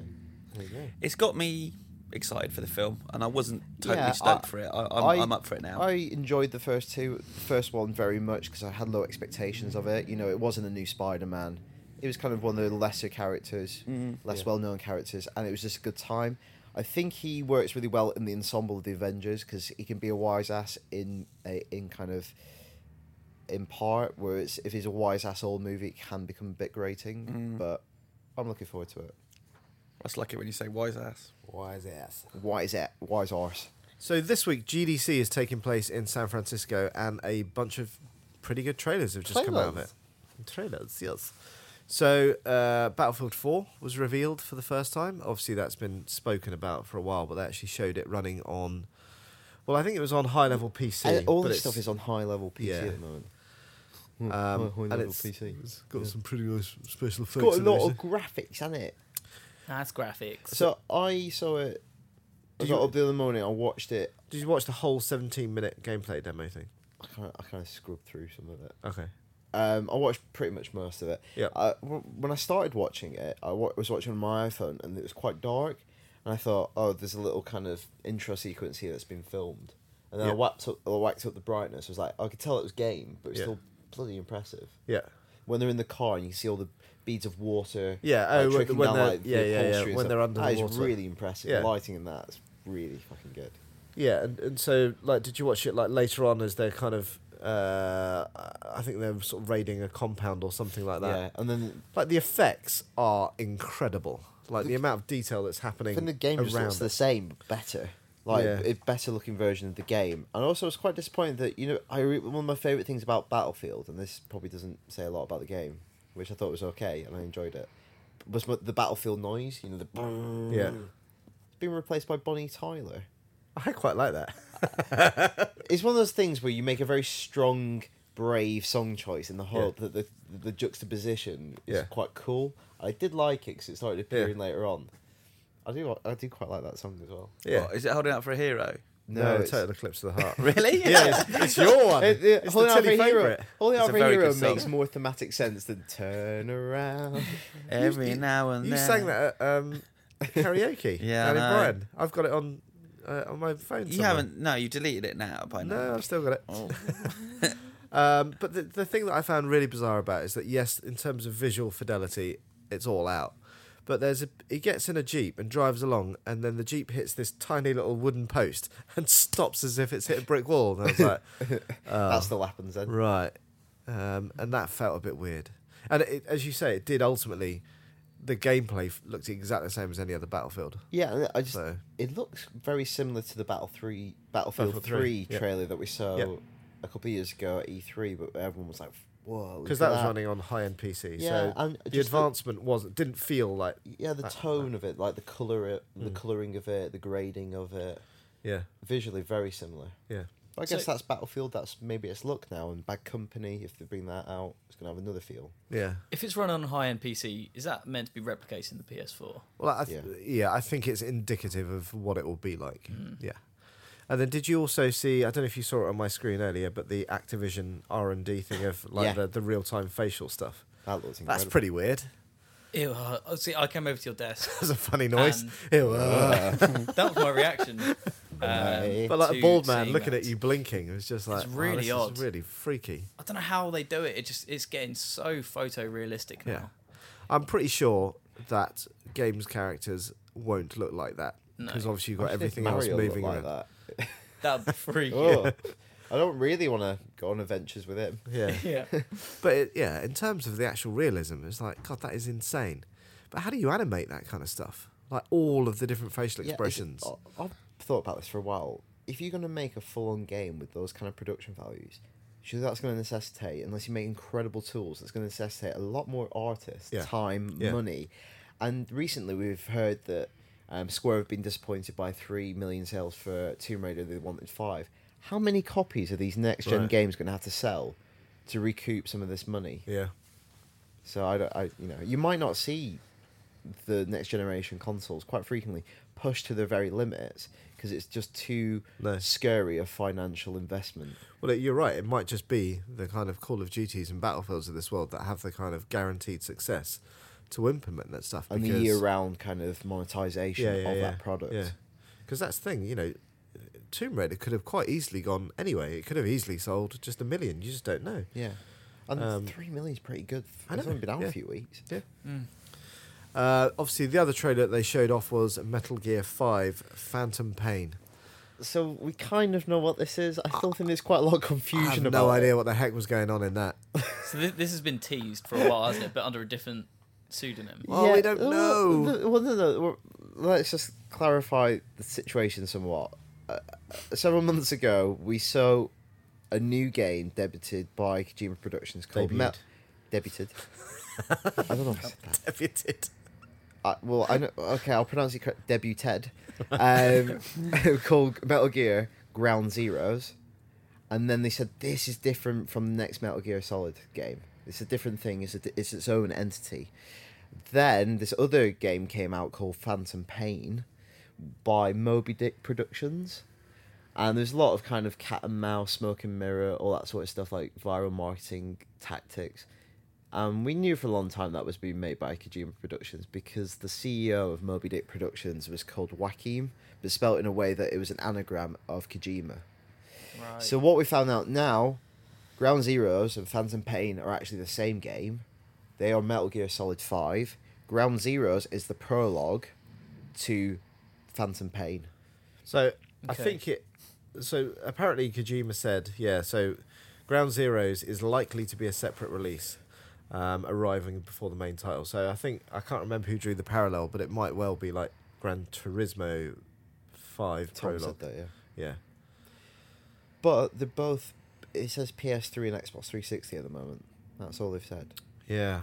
Speaker 1: There you go.
Speaker 4: It's got me excited for the film, and I wasn't totally
Speaker 2: Yeah,
Speaker 4: stoked
Speaker 2: I-
Speaker 4: for it. I, I'm, I,
Speaker 2: I-
Speaker 4: am i am up for it now.
Speaker 2: I enjoyed the first two, the first one very much because I had low expectations of it. You know, it wasn't a new Spider-Man. It was kind of one of the lesser characters,
Speaker 4: Mm-hmm.
Speaker 2: less
Speaker 1: Yeah.
Speaker 2: well-known characters, and it was just a good time. I think he works really well in the ensemble of the Avengers because he can be a wise ass in a, in kind of in part. Whereas if he's a wise ass old movie, it can become a bit grating.
Speaker 4: Mm.
Speaker 2: But I'm looking forward to it.
Speaker 4: That's lucky when you say wise ass.
Speaker 1: Wise ass.
Speaker 2: Wise it, wise arse.
Speaker 1: So this week, GDC is taking place in San Francisco, and a bunch of pretty good trailers have just come out of it.
Speaker 2: Trailers.
Speaker 1: Trailers, yes. So uh, Battlefield 4 was revealed for the first time. Obviously, that's been spoken about for a while, but they actually showed it running on. Well, I think it was on high level PC.
Speaker 2: And all
Speaker 1: but
Speaker 2: this
Speaker 1: it's-
Speaker 2: stuff is on high level PC
Speaker 1: Yeah.
Speaker 2: at the moment.
Speaker 1: Um,
Speaker 2: high
Speaker 1: and
Speaker 2: level
Speaker 1: it's-
Speaker 2: PC.
Speaker 1: It's got
Speaker 2: Yeah.
Speaker 1: some pretty nice special effects.
Speaker 2: It's got a
Speaker 1: in there,
Speaker 2: lot
Speaker 1: isn't
Speaker 2: of
Speaker 1: it?
Speaker 2: graphics, hasn't it?
Speaker 3: That's graphics.
Speaker 2: So I saw it. I
Speaker 1: Did
Speaker 2: got
Speaker 1: you-
Speaker 2: up the other morning. I watched it.
Speaker 1: Did you watch the whole 17 minute gameplay demo thing?
Speaker 2: I kind of, I kind of scrubbed through some of it.
Speaker 1: Okay.
Speaker 2: Um, I watched pretty much most of it.
Speaker 1: Yeah.
Speaker 2: I- w- when I started watching it, I wa- was watching on my iPhone, and it was quite dark. And I thought, oh, there's a little kind of intro sequence here that's been filmed. And then
Speaker 1: Yeah.
Speaker 2: I whacked up, I whacked up the brightness. I was like, I could tell it was game, but it's
Speaker 1: Yeah.
Speaker 2: still bloody impressive.
Speaker 1: Yeah.
Speaker 2: When they're in the car and you can see all the beads of water.
Speaker 1: Yeah, oh, when-
Speaker 2: trickling
Speaker 1: when
Speaker 2: down,
Speaker 1: they're-
Speaker 2: like, the
Speaker 1: yeah, yeah, yeah,
Speaker 2: upholstery
Speaker 1: when
Speaker 2: and stuff.
Speaker 1: they're under
Speaker 2: That
Speaker 1: the
Speaker 2: is
Speaker 1: water.
Speaker 2: really impressive.
Speaker 1: Yeah.
Speaker 2: The lighting in that is really fucking good.
Speaker 1: Yeah, and, and so like, did you watch it like later on as they're kind of, uh, I think they're sort of raiding a compound or something like that.
Speaker 2: Yeah, and then
Speaker 1: Like the effects are incredible. Like the, amount of detail that's
Speaker 2: I
Speaker 1: happening.
Speaker 2: think the game
Speaker 1: around
Speaker 2: just looks the
Speaker 1: it.
Speaker 2: same, but better. Like
Speaker 1: Yeah.
Speaker 2: a better looking version of the game. And also, I was quite disappointed that you know I re- one of my favorite things about Battlefield, and this probably doesn't say a lot about the game, which I thought was okay, and I enjoyed it. Was mo- the Battlefield noise? You know the brrrr.
Speaker 1: Yeah,
Speaker 2: It's been replaced by Bonnie Tyler.
Speaker 1: I quite like that.
Speaker 2: It's one of those things where you make a very strong, brave song choice, and the whole the, the the juxtaposition is
Speaker 1: Yeah.
Speaker 2: quite cool. I did like it because it started appearing
Speaker 1: Yeah.
Speaker 2: later on. I do I do quite like that song as well.
Speaker 1: Yeah,
Speaker 4: What, is it holding out for a hero?
Speaker 1: no,
Speaker 2: it's-
Speaker 1: total eclipse of the heart.
Speaker 4: Really?
Speaker 1: yeah, it's, it's your one.
Speaker 2: It,
Speaker 1: it's
Speaker 2: it,
Speaker 1: the
Speaker 2: Holding Out for
Speaker 1: Tilly
Speaker 2: a Hero,
Speaker 1: favourite.
Speaker 2: Holding
Speaker 4: It's
Speaker 2: Out
Speaker 4: a
Speaker 2: for a
Speaker 4: very
Speaker 2: Hero
Speaker 4: good song.
Speaker 2: makes more thematic sense than Turn Around.
Speaker 4: Every
Speaker 1: you-
Speaker 4: now and
Speaker 1: You
Speaker 4: then. uh,
Speaker 1: sang that at um, karaoke.
Speaker 4: Yeah,
Speaker 1: down in
Speaker 4: I know.
Speaker 1: Bryan. I've got it on uh, on my phone.
Speaker 4: You
Speaker 1: somewhere.
Speaker 4: haven't. No, you deleted it now. By
Speaker 1: No,
Speaker 4: now.
Speaker 1: I've still got it.
Speaker 4: Oh.
Speaker 1: Um, but the, the thing that I found really bizarre about it is that yes, in terms of visual fidelity, it's all out. But there's a he gets in a jeep and drives along, and then the jeep hits this tiny little wooden post and stops as if it's hit a brick wall. And I was like, Oh.
Speaker 2: That's the weapons then.
Speaker 1: right, um, and that felt a bit weird. And it, as you say, it did ultimately. The gameplay f- looked exactly the same as any other battlefield.
Speaker 2: Yeah, and I just
Speaker 1: So-
Speaker 2: it looks very similar to the Battle Three Battlefield
Speaker 1: Battlefield
Speaker 2: Three
Speaker 1: 3, yeah.
Speaker 2: trailer that we saw
Speaker 1: Yeah.
Speaker 2: a couple of years ago at E three, but everyone was like, "Whoa!"
Speaker 1: Because
Speaker 2: look
Speaker 1: that
Speaker 2: at
Speaker 1: was running on E high end PC,
Speaker 2: Yeah,
Speaker 1: so
Speaker 2: and
Speaker 1: the
Speaker 2: just the-
Speaker 1: advancement wasn't didn't feel like
Speaker 2: Yeah, the
Speaker 1: That- Mm.
Speaker 2: tone of it, like the color, it, the coloring of it, the grading of it,
Speaker 1: yeah
Speaker 2: visually very similar.
Speaker 1: yeah
Speaker 2: But I
Speaker 3: So-
Speaker 2: guess that's Battlefield. That's maybe its look now, and Bad Company, if they bring that out, it's gonna have another feel.
Speaker 1: yeah.
Speaker 3: if it's run on high end PC, is that meant to be replicating the PS4?
Speaker 1: Well, I th- yeah.
Speaker 2: Yeah.
Speaker 1: I think it's indicative of what it will be like.
Speaker 3: Mm.
Speaker 1: Yeah. And then did you also see? I don't know if you saw it on my screen earlier, but the Activision R and D thing of like
Speaker 2: Yeah.
Speaker 1: the, the real time facial stuff.
Speaker 2: That looks incredible.
Speaker 1: That's pretty weird.
Speaker 3: Ew, uh, see, I came over to your desk.
Speaker 1: That's a funny noise.
Speaker 3: Um,
Speaker 1: Ew, uh.
Speaker 3: that was my reaction. um,
Speaker 2: Right.
Speaker 1: but like a
Speaker 3: to
Speaker 1: bald man
Speaker 3: seeing
Speaker 1: looking
Speaker 3: that.
Speaker 1: at you blinking, it was just like wow,
Speaker 3: really
Speaker 1: this is
Speaker 3: odd.
Speaker 1: really freaky.
Speaker 3: I don't know how they do it. It just it's getting so photorealistic now.
Speaker 1: Yeah, I'm pretty sure that games characters won't look like that
Speaker 3: No.
Speaker 1: because obviously you've got
Speaker 2: Imagine if
Speaker 1: everything else
Speaker 2: Mario looked
Speaker 1: moving
Speaker 2: like
Speaker 1: around.
Speaker 2: that.
Speaker 3: That'd be freaky.
Speaker 2: Oh, I don't really want to go on adventures with him.
Speaker 1: Yeah.
Speaker 3: Yeah.
Speaker 1: But it, yeah, in terms of the actual realism, it's like God, that is insane. But how do you animate that kind of stuff? Like all of the different facial
Speaker 2: Yeah, it's-
Speaker 1: expressions.
Speaker 2: I- I've thought about this for a while. If you're going to make a full-on game with those kind of production values, surely that's going to necessitate, unless you make incredible tools, that's going to necessitate a lot more artists,
Speaker 1: Yeah.
Speaker 2: time,
Speaker 1: Yeah.
Speaker 2: money. And recently, we've heard that um, Square have been disappointed by three million sales for Tomb Raider. They wanted five. How many copies are these next-gen
Speaker 1: Right.
Speaker 2: games going to have to sell to recoup some of this money?
Speaker 1: yeah,
Speaker 2: So I, don't, I, you know, you might not see the next generation consoles quite frequently pushed to their very limits because it's just too
Speaker 1: No.
Speaker 2: scary a financial investment.
Speaker 1: Well, you're right. It might just be the kind of Call of Duties and Battlefields of this world that have the kind of guaranteed success to implement that stuff.
Speaker 2: and the
Speaker 1: because-
Speaker 2: year-round kind of monetization of that product.
Speaker 1: Yeah, because that's the thing. You know, Tomb Raider could have quite easily gone anyway. It could have easily sold just a million. You just don't know.
Speaker 2: Yeah. and
Speaker 1: Um,
Speaker 2: three million is pretty good.
Speaker 1: I
Speaker 2: It's
Speaker 1: know,
Speaker 2: only been out
Speaker 1: yeah.
Speaker 2: a few weeks.
Speaker 1: Yeah.
Speaker 3: Mm.
Speaker 1: Uh, obviously, the other trailer that they showed off was Metal Gear Five: Phantom Pain.
Speaker 2: So we kind of know what this is. I still think there's quite a lot of confusion
Speaker 1: I have
Speaker 2: about
Speaker 1: no idea
Speaker 2: it.
Speaker 1: what the heck was going on in that.
Speaker 3: So thi- this has been teased for a while, hasn't it? But under a different pseudonym.
Speaker 1: Well, we don't
Speaker 2: well,
Speaker 1: know.
Speaker 2: th- Well, no, no. well, Let's just clarify the situation somewhat. Uh, several months ago, we saw a new game debuted by Kojima Productions called Metal. Debuted. I don't know. If I said that.
Speaker 1: Debuted.
Speaker 2: I, Uh, well, I know, okay, I'll pronounce it correct. Debuted, um, called Metal Gear Ground Zeroes, and then they said this is different from the next Metal Gear Solid game. It's a different thing. It's a, di- it's its own entity. Then this other game came out called Phantom Pain, by Moby Dick Productions. And there's a lot of kind of cat and mouse, smoke and mirror, all that sort of stuff, like viral marketing tactics. Um, we knew for a long time that was being made by Kojima Productions because the CEO of Moby Dick Productions was called Joachim, but spelt in a way that it was an anagram of Kojima.
Speaker 3: Right.
Speaker 2: So what we found out now, Ground Zeroes and Phantom Pain are actually the same game. They are Metal Gear Solid Five. Ground Zeroes is the prologue to Phantom Pain.
Speaker 1: So I
Speaker 3: Okay.
Speaker 1: think it. So apparently Kojima said, yeah. So Ground Zeroes is likely to be a separate release, um, arriving before the main title. So I think I can't remember who drew the parallel, but it might well be like Gran Turismo Five
Speaker 2: Tom
Speaker 1: prologue.
Speaker 2: said that, yeah.
Speaker 1: Yeah.
Speaker 2: But they're both. It says PS3 and Xbox 360 at the moment. That's all they've said.
Speaker 1: Yeah,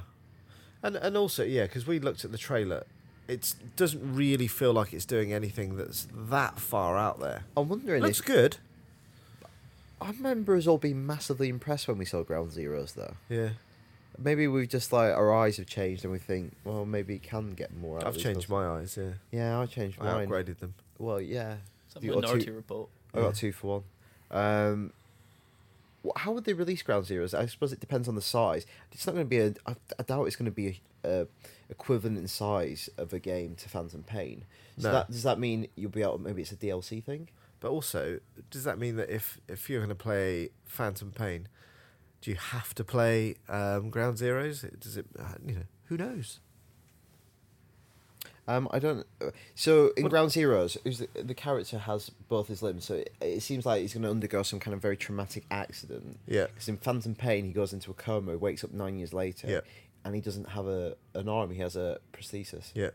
Speaker 1: and and also yeah, because we looked at the trailer, it doesn't really feel like it's doing anything that's that far out there.
Speaker 2: I'm wondering
Speaker 1: Looks
Speaker 2: if
Speaker 1: good.
Speaker 2: I remember us all being massively impressed when we saw Ground Zeroes though.
Speaker 1: Yeah,
Speaker 2: Maybe we've just like our eyes have changed and we think, well, maybe it can get more. Out of
Speaker 1: I've
Speaker 2: these
Speaker 1: changed
Speaker 2: films.
Speaker 1: my eyes. Yeah,
Speaker 2: Yeah, I changed
Speaker 1: I
Speaker 2: mine.
Speaker 1: upgraded them.
Speaker 2: Well, yeah,
Speaker 3: Some
Speaker 2: you got
Speaker 3: minority
Speaker 2: two-
Speaker 3: report.
Speaker 2: I
Speaker 1: Yeah.
Speaker 2: got two for one. Um, wh- how would they release Ground Zeroes? I suppose it depends on the size. It's not going to be a. I, I doubt it's going to be a, a equivalent in size of a game to Phantom Pain. So
Speaker 1: No.
Speaker 2: that does that mean you'll be able? Maybe it's a DLC thing.
Speaker 1: But also, does that mean that if if you're going to play Phantom Pain, do you have to play um, Ground Zeroes? Does it? uh, You know, who knows?
Speaker 2: Um, I don't. uh, So in
Speaker 1: What-
Speaker 2: Ground Zeroes, who's the, the character has both his limbs, so it, it seems like he's going to undergo some kind of very traumatic accident.
Speaker 1: Yeah.
Speaker 2: Because in Phantom Pain, he goes into a coma, he wakes up nine years later,
Speaker 1: Yeah.
Speaker 2: and he doesn't have a an arm; he has a prosthesis.
Speaker 1: Yeah.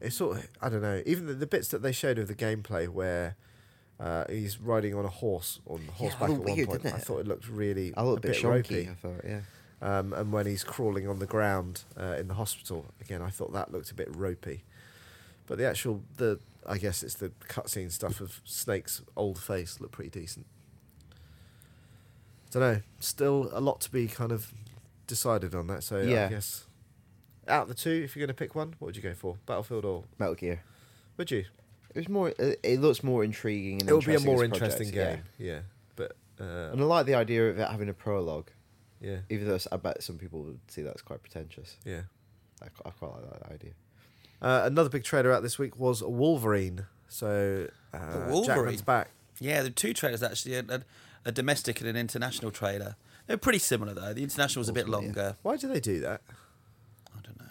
Speaker 1: It's sort of, I don't know, even the, the bits that they showed of the gameplay where uh, he's riding on a horse, on horseback
Speaker 2: looked
Speaker 1: at one
Speaker 2: weird,
Speaker 1: point,
Speaker 2: didn't
Speaker 1: I
Speaker 2: it?
Speaker 1: thought it looked really
Speaker 2: I look
Speaker 1: a
Speaker 2: a bit,
Speaker 1: bit
Speaker 2: shonky.
Speaker 1: ropey.
Speaker 2: I thought, yeah.
Speaker 1: Um, and when he's crawling on the ground uh, in the hospital, again, I thought that looked a bit ropey. But the actual, the I guess it's the cutscene stuff of Snake's old face looked pretty decent. Don't know. Still a lot to be kind of decided on that. So I
Speaker 2: Yeah.
Speaker 1: guess out of the two, if you're going to pick one, what would you go for? Battlefield or
Speaker 2: Metal Gear.
Speaker 1: would you?
Speaker 2: It was more. It, it looks more intriguing. And
Speaker 1: It would be a
Speaker 2: interesting as
Speaker 1: more
Speaker 2: a project,
Speaker 1: interesting
Speaker 2: yeah.
Speaker 1: game. Yeah, but
Speaker 2: And
Speaker 1: uh,
Speaker 2: I like the idea of it having a prologue,
Speaker 1: yeah,
Speaker 2: even though I bet some people would see that's quite pretentious.
Speaker 1: yeah.
Speaker 2: I, qu- I quite like that idea.
Speaker 1: Uh, another big trailer out this week was Wolverine. So uh,
Speaker 4: Wolverine.
Speaker 1: Jackman's back.
Speaker 4: Yeah, there are two trailers actually, a, a, a domestic and an international trailer. They're pretty similar though. The international was a bit
Speaker 2: Ultimately, yeah.
Speaker 4: longer.
Speaker 1: Why do they do that?
Speaker 4: I don't know.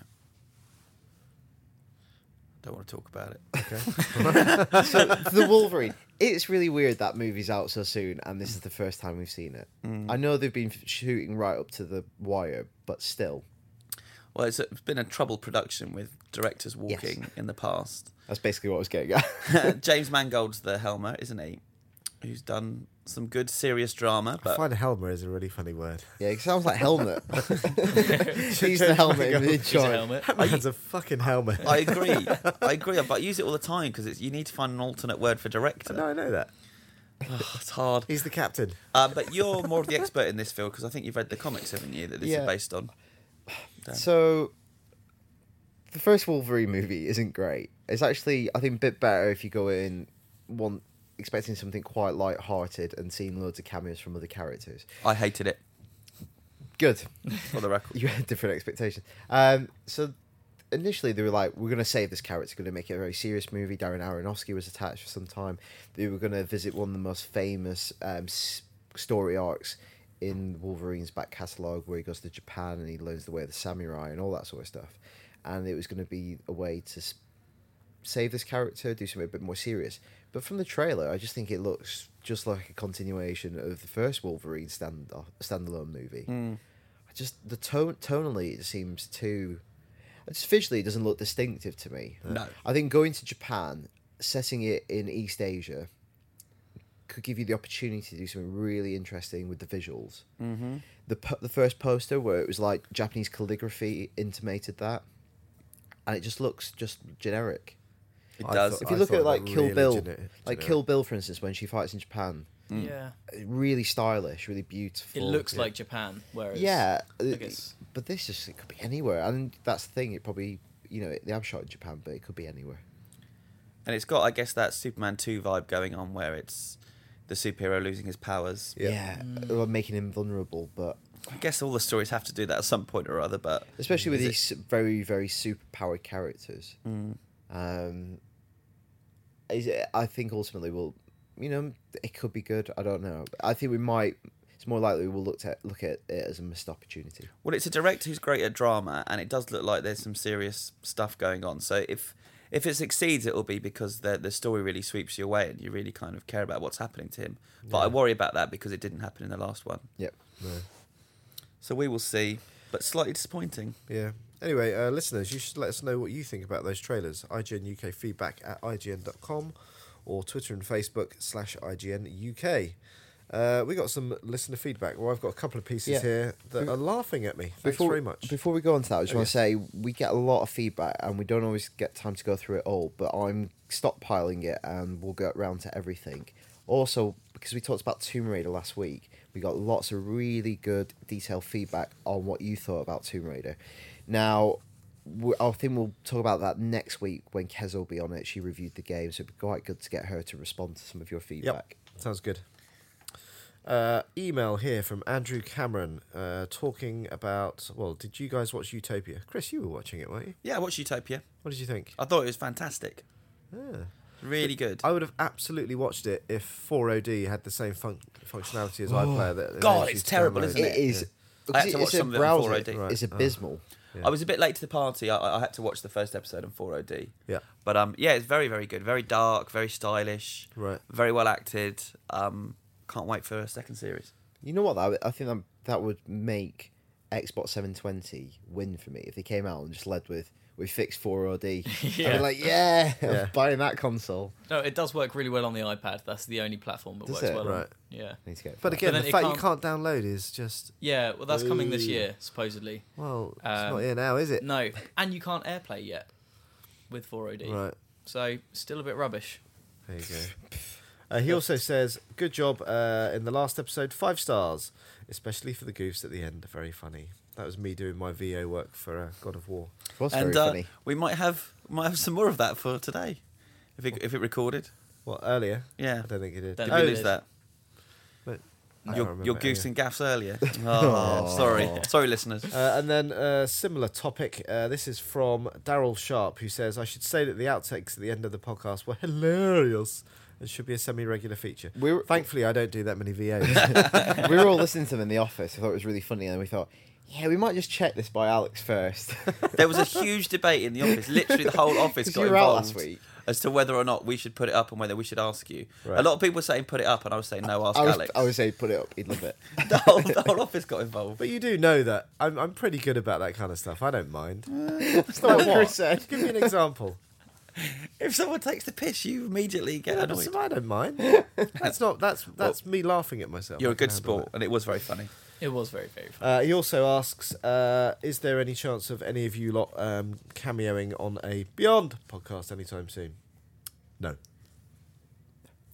Speaker 4: Don't want to talk about it.
Speaker 2: so the Wolverine. It's really weird that movie's out so soon, and this is the first time we've seen it. I know they've been shooting right up to the wire, but still,
Speaker 4: Well, it's, it's been a troubled production with directors walking in the past.
Speaker 2: that's basically what I was getting at.
Speaker 4: James Mangold's the helmer, isn't he? Who's done some good serious drama,
Speaker 1: I
Speaker 4: but
Speaker 1: find helmer is a really funny word.
Speaker 2: yeah, it sounds like helmet. He's the helmet image.
Speaker 3: He's a helmet.
Speaker 1: That man's a fucking helmet.
Speaker 4: I agree. I agree, but I use it all the time because you need to find an alternate word for director.
Speaker 1: no, I know that.
Speaker 4: Oh, it's hard.
Speaker 1: He's the captain.
Speaker 4: Uh, but you're more of the expert in this field because I think you've read the comics, haven't you? That this
Speaker 2: Yeah.
Speaker 4: is based on.
Speaker 2: So the first Wolverine movie isn't great. It's actually I think a bit better if you go in one expecting something quite light-hearted and seeing loads of cameos from other characters.
Speaker 4: I hated it
Speaker 2: Good.
Speaker 4: for the record.
Speaker 2: you had different expectations. Um, so initially they were like, we're going to save this character, going to make it a very serious movie. Darren Aronofsky was attached for some time. They were going to visit one of the most famous um, s- story arcs in Wolverine's back catalogue, where he goes to Japan and he learns the way of the samurai and all that sort of stuff. And it was going to be a way to s- save this character, do something a bit more serious. But from the trailer, I just think it looks just like a continuation of the first Wolverine stand standalone movie. I just the tone tonally it seems too. Just visually, it doesn't look distinctive to me.
Speaker 4: No.
Speaker 2: I think going to Japan, setting it in East Asia, could give you the opportunity to do something really interesting with the visuals.
Speaker 4: Hmm.
Speaker 2: Mm-hmm. The po- the first poster where it was like Japanese calligraphy intimated that, and it just looks just generic.
Speaker 4: It
Speaker 1: I
Speaker 4: does.
Speaker 1: thought-
Speaker 2: If you look at
Speaker 1: that
Speaker 2: like Kill
Speaker 1: really
Speaker 2: Bill,
Speaker 1: gener-
Speaker 2: like
Speaker 1: generic.
Speaker 2: Kill Bill, for instance, when she fights in Japan,
Speaker 3: Yeah.
Speaker 2: really stylish, really beautiful.
Speaker 3: It looks like Japan, whereas
Speaker 2: yeah, uh,
Speaker 3: guess.
Speaker 2: but this just it could be anywhere, and that's the thing. It probably you know they have shot in Japan, but it could be anywhere.
Speaker 4: And it's got, I guess, that Superman 2 vibe going on where it's the superhero losing his powers.
Speaker 1: Yeah.
Speaker 2: Yeah,
Speaker 3: Mm.
Speaker 2: or making him vulnerable, but
Speaker 4: I guess all the stories have to do that at some point or other, but
Speaker 2: especially with
Speaker 4: Is it-
Speaker 2: these very very superpowered characters.
Speaker 1: Mm.
Speaker 2: Um, is it, I think ultimately we'll, you know, it could be good. I don't know. I think we might. It's more likely we'll look at look at it as a missed opportunity.
Speaker 4: Well, it's a director who's great at drama, and it does look like there's some serious stuff going on. So if if it succeeds, it'll be because the the story really sweeps you away, and you really kind of care about what's happening to him. But I worry about that because it didn't happen in the last one.
Speaker 2: Yep.
Speaker 1: No.
Speaker 4: So we will see. But slightly disappointing.
Speaker 1: Yeah. Anyway, uh, listeners, you should let us know what you think about those trailers. IGN UK feedback at IGN.com or Twitter and Facebook slash IGN UK. Uh, we got some listener feedback. Well, I've got a couple of pieces
Speaker 2: Yeah.
Speaker 1: here that
Speaker 2: Be-
Speaker 1: are laughing at me. Thanks
Speaker 2: before,
Speaker 1: very much.
Speaker 2: Before we go on to that, I just
Speaker 1: Oh,
Speaker 2: want
Speaker 1: yes.
Speaker 2: to say we get a lot of feedback and we don't always get time to go through it all, but I'm stockpiling it and we'll get round to everything. Also, because we talked about Tomb Raider last week, we got lots of really good detailed feedback on what you thought about Tomb Raider. Now, we- I think we'll talk about that next week when Kez will be on it. She reviewed the game, so it'd be quite good to get her to respond to some of your feedback.
Speaker 1: Sounds good. Uh, email here from Andrew Cameron uh, talking about. Well, did you guys watch Utopia? Chris, you were watching it, weren't you?
Speaker 4: Yeah, watch Utopia.
Speaker 1: What did you think? Ah.
Speaker 4: I thought it was fantastic.
Speaker 2: Uh,
Speaker 1: Yeah.
Speaker 4: Really good.
Speaker 1: I would have absolutely watched it if 4OD had the same func functionality as iPlayer. That
Speaker 4: God,
Speaker 1: enables you
Speaker 4: it's
Speaker 1: to
Speaker 4: terrible,
Speaker 1: download.
Speaker 4: isn't
Speaker 2: It
Speaker 4: it?
Speaker 2: is.
Speaker 4: I had to watch
Speaker 2: it's a
Speaker 4: some of it on
Speaker 2: browser.
Speaker 4: 4OD.
Speaker 1: Right.
Speaker 2: It's abysmal.
Speaker 1: Yeah.
Speaker 4: I was a bit late to the party. I, I had to watch the first episode on 4OD.
Speaker 1: Yeah.
Speaker 4: But um, yeah, it's very, very good. Very dark, very stylish,
Speaker 1: Right.
Speaker 4: very well acted. Um, can't wait for a second series.
Speaker 2: You know what? That I think that, that would make Xbox 720 win for me if they came out and just led with we fixed 4OD. I'd
Speaker 3: Yeah.
Speaker 2: be like, yeah,
Speaker 1: Yeah.
Speaker 2: I'm buying that console.
Speaker 3: No, it does work really well on the iPad. That's the only platform that
Speaker 2: Does
Speaker 3: works
Speaker 2: it?
Speaker 3: well. on-
Speaker 1: Right.
Speaker 3: Yeah.
Speaker 2: I need to get.
Speaker 1: But
Speaker 2: that.
Speaker 1: again,
Speaker 3: then
Speaker 1: the
Speaker 3: it
Speaker 1: fact you
Speaker 3: can't-
Speaker 1: can't download is just
Speaker 3: Yeah, well, that's coming this
Speaker 1: Ooh.
Speaker 3: year, supposedly.
Speaker 1: well, it's
Speaker 3: Um,
Speaker 1: not here now, is it?
Speaker 3: No, and you can't AirPlay yet with 4OD.
Speaker 1: Right.
Speaker 3: So, still a bit rubbish.
Speaker 1: There you go. Uh, he also says, "Good job uh, in the last episode, five stars, especially for the goofs at the end. Very funny." That was me doing my VO work for uh, God of War.
Speaker 2: It was
Speaker 4: and
Speaker 2: very
Speaker 4: uh,
Speaker 2: funny.
Speaker 4: we might have might have some more of that for today, if it, if it recorded.
Speaker 1: Well, earlier,
Speaker 4: Yeah.
Speaker 1: I don't think he did.
Speaker 3: Don't
Speaker 4: Did
Speaker 3: Oh,
Speaker 4: we
Speaker 3: it
Speaker 4: lose
Speaker 3: is.
Speaker 4: that?
Speaker 1: But I
Speaker 4: Your,
Speaker 1: can't
Speaker 4: your
Speaker 1: remember
Speaker 4: goose
Speaker 1: earlier.
Speaker 4: and gaffs earlier. Oh, sorry, sorry, listeners.
Speaker 1: Uh, and then uh, similar topic. Uh, this is from Daryl Sharp, who says, "I should say that the outtakes at the end of the podcast were hilarious and should be a semi-regular feature."
Speaker 2: We were-
Speaker 1: Thankfully, I don't do that many VOs.
Speaker 4: uh,
Speaker 2: we were all listening to them in the office. I thought it was really funny, and then we thought, yeah, we might just check this by Alex first.
Speaker 4: There was a huge debate in the office. Literally, the whole office
Speaker 2: 'Cause
Speaker 4: got
Speaker 2: you were out
Speaker 4: involved
Speaker 2: last week.
Speaker 4: as to whether or not we should put it up and whether we should ask you.
Speaker 1: Right.
Speaker 4: A lot of people were saying put it up, and I was saying no, ask
Speaker 2: I was,
Speaker 4: Alex.
Speaker 2: I would say put it up. He'd love it.
Speaker 4: the, whole, the whole office got involved.
Speaker 1: But you do know that I'm, I'm pretty good about that kind of stuff. I don't mind.
Speaker 2: That's not what
Speaker 1: Like
Speaker 2: Chris said.
Speaker 1: Give me an example.
Speaker 4: If someone takes the piss, you immediately get
Speaker 1: Yeah,
Speaker 4: annoyed.
Speaker 1: so I don't mind. That's not. That's that's me laughing at myself.
Speaker 4: You're
Speaker 1: I
Speaker 4: a
Speaker 1: can
Speaker 4: good
Speaker 1: handle
Speaker 4: sport, and it was very funny.
Speaker 3: It was very, very fun.
Speaker 1: that. Uh, he also asks, uh, "Is there any chance of any of you lot um, cameoing on a Beyond podcast anytime soon?" No.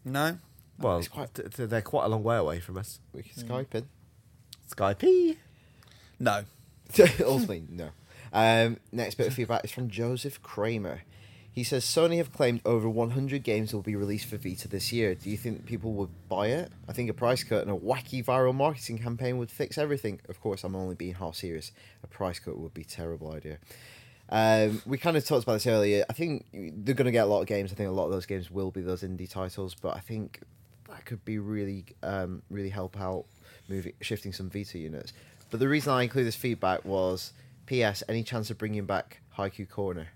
Speaker 4: No,
Speaker 1: Well,
Speaker 2: it's quite-
Speaker 1: th- th- they're quite a long way away from us.
Speaker 2: We can Skype in.
Speaker 1: Skype.
Speaker 4: no.
Speaker 2: Ultimately, no. Um, next bit of feedback is from Joseph Kramer. He says Sony have claimed over 100 games will be released for Vita this year. Do you think people would buy it? I think a price cut and a wacky viral marketing campaign would fix everything. Of course, I'm only being half serious. A price cut would be a terrible idea. Um, we kind of talked about this earlier. I think they're going to get a lot of games. I think a lot of those games will be those indie titles, but I think that could be really, um, really help out moving, shifting some Vita units. But the reason I include this feedback was, P.S. Any chance of bringing back Haiku Corner?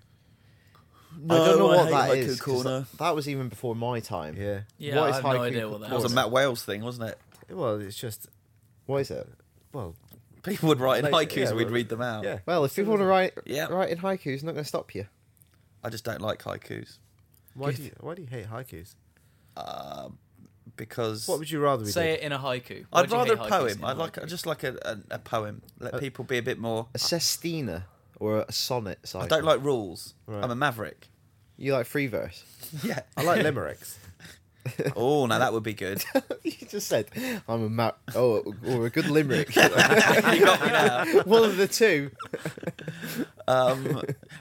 Speaker 2: I don't know what that is. 'cause
Speaker 4: Corner.
Speaker 2: That, that was even before my time.
Speaker 1: Yeah.
Speaker 3: Yeah,
Speaker 2: What is
Speaker 3: I have no
Speaker 2: Haiku
Speaker 3: idea what that
Speaker 4: That was a
Speaker 3: is.
Speaker 4: Matt Wales thing, wasn't it?
Speaker 1: Well, it's just
Speaker 2: What is it?
Speaker 1: well,
Speaker 4: People would write in
Speaker 1: Like,
Speaker 4: haikus
Speaker 1: yeah,
Speaker 4: and we'd
Speaker 1: well,
Speaker 4: read them out.
Speaker 1: yeah.
Speaker 2: Well, if people want to write,
Speaker 4: Yeah.
Speaker 2: write in haiku, it's not going to stop you.
Speaker 4: I just don't like haikus
Speaker 1: Why do you, why do you hate haikus?
Speaker 4: Um because
Speaker 1: What would you rather we
Speaker 3: Say
Speaker 1: did?
Speaker 3: it in a haiku. Why
Speaker 4: I'd
Speaker 3: do you hate
Speaker 4: rather a
Speaker 3: haikus
Speaker 4: poem.
Speaker 3: in a
Speaker 4: I'd like
Speaker 3: haiku?
Speaker 4: just like a, a, a poem. Let people be a bit more.
Speaker 2: A sestina or a sonnet.
Speaker 4: I
Speaker 2: cycle.
Speaker 4: don't like rules.
Speaker 1: Right.
Speaker 4: I'm a maverick.
Speaker 2: You like free verse.
Speaker 4: Yeah,
Speaker 1: I like limericks.
Speaker 4: oh, now that would be good.
Speaker 2: you just said I'm a map. Oh, or a good limerick.
Speaker 4: you got me now.
Speaker 2: One of the two.
Speaker 4: Um,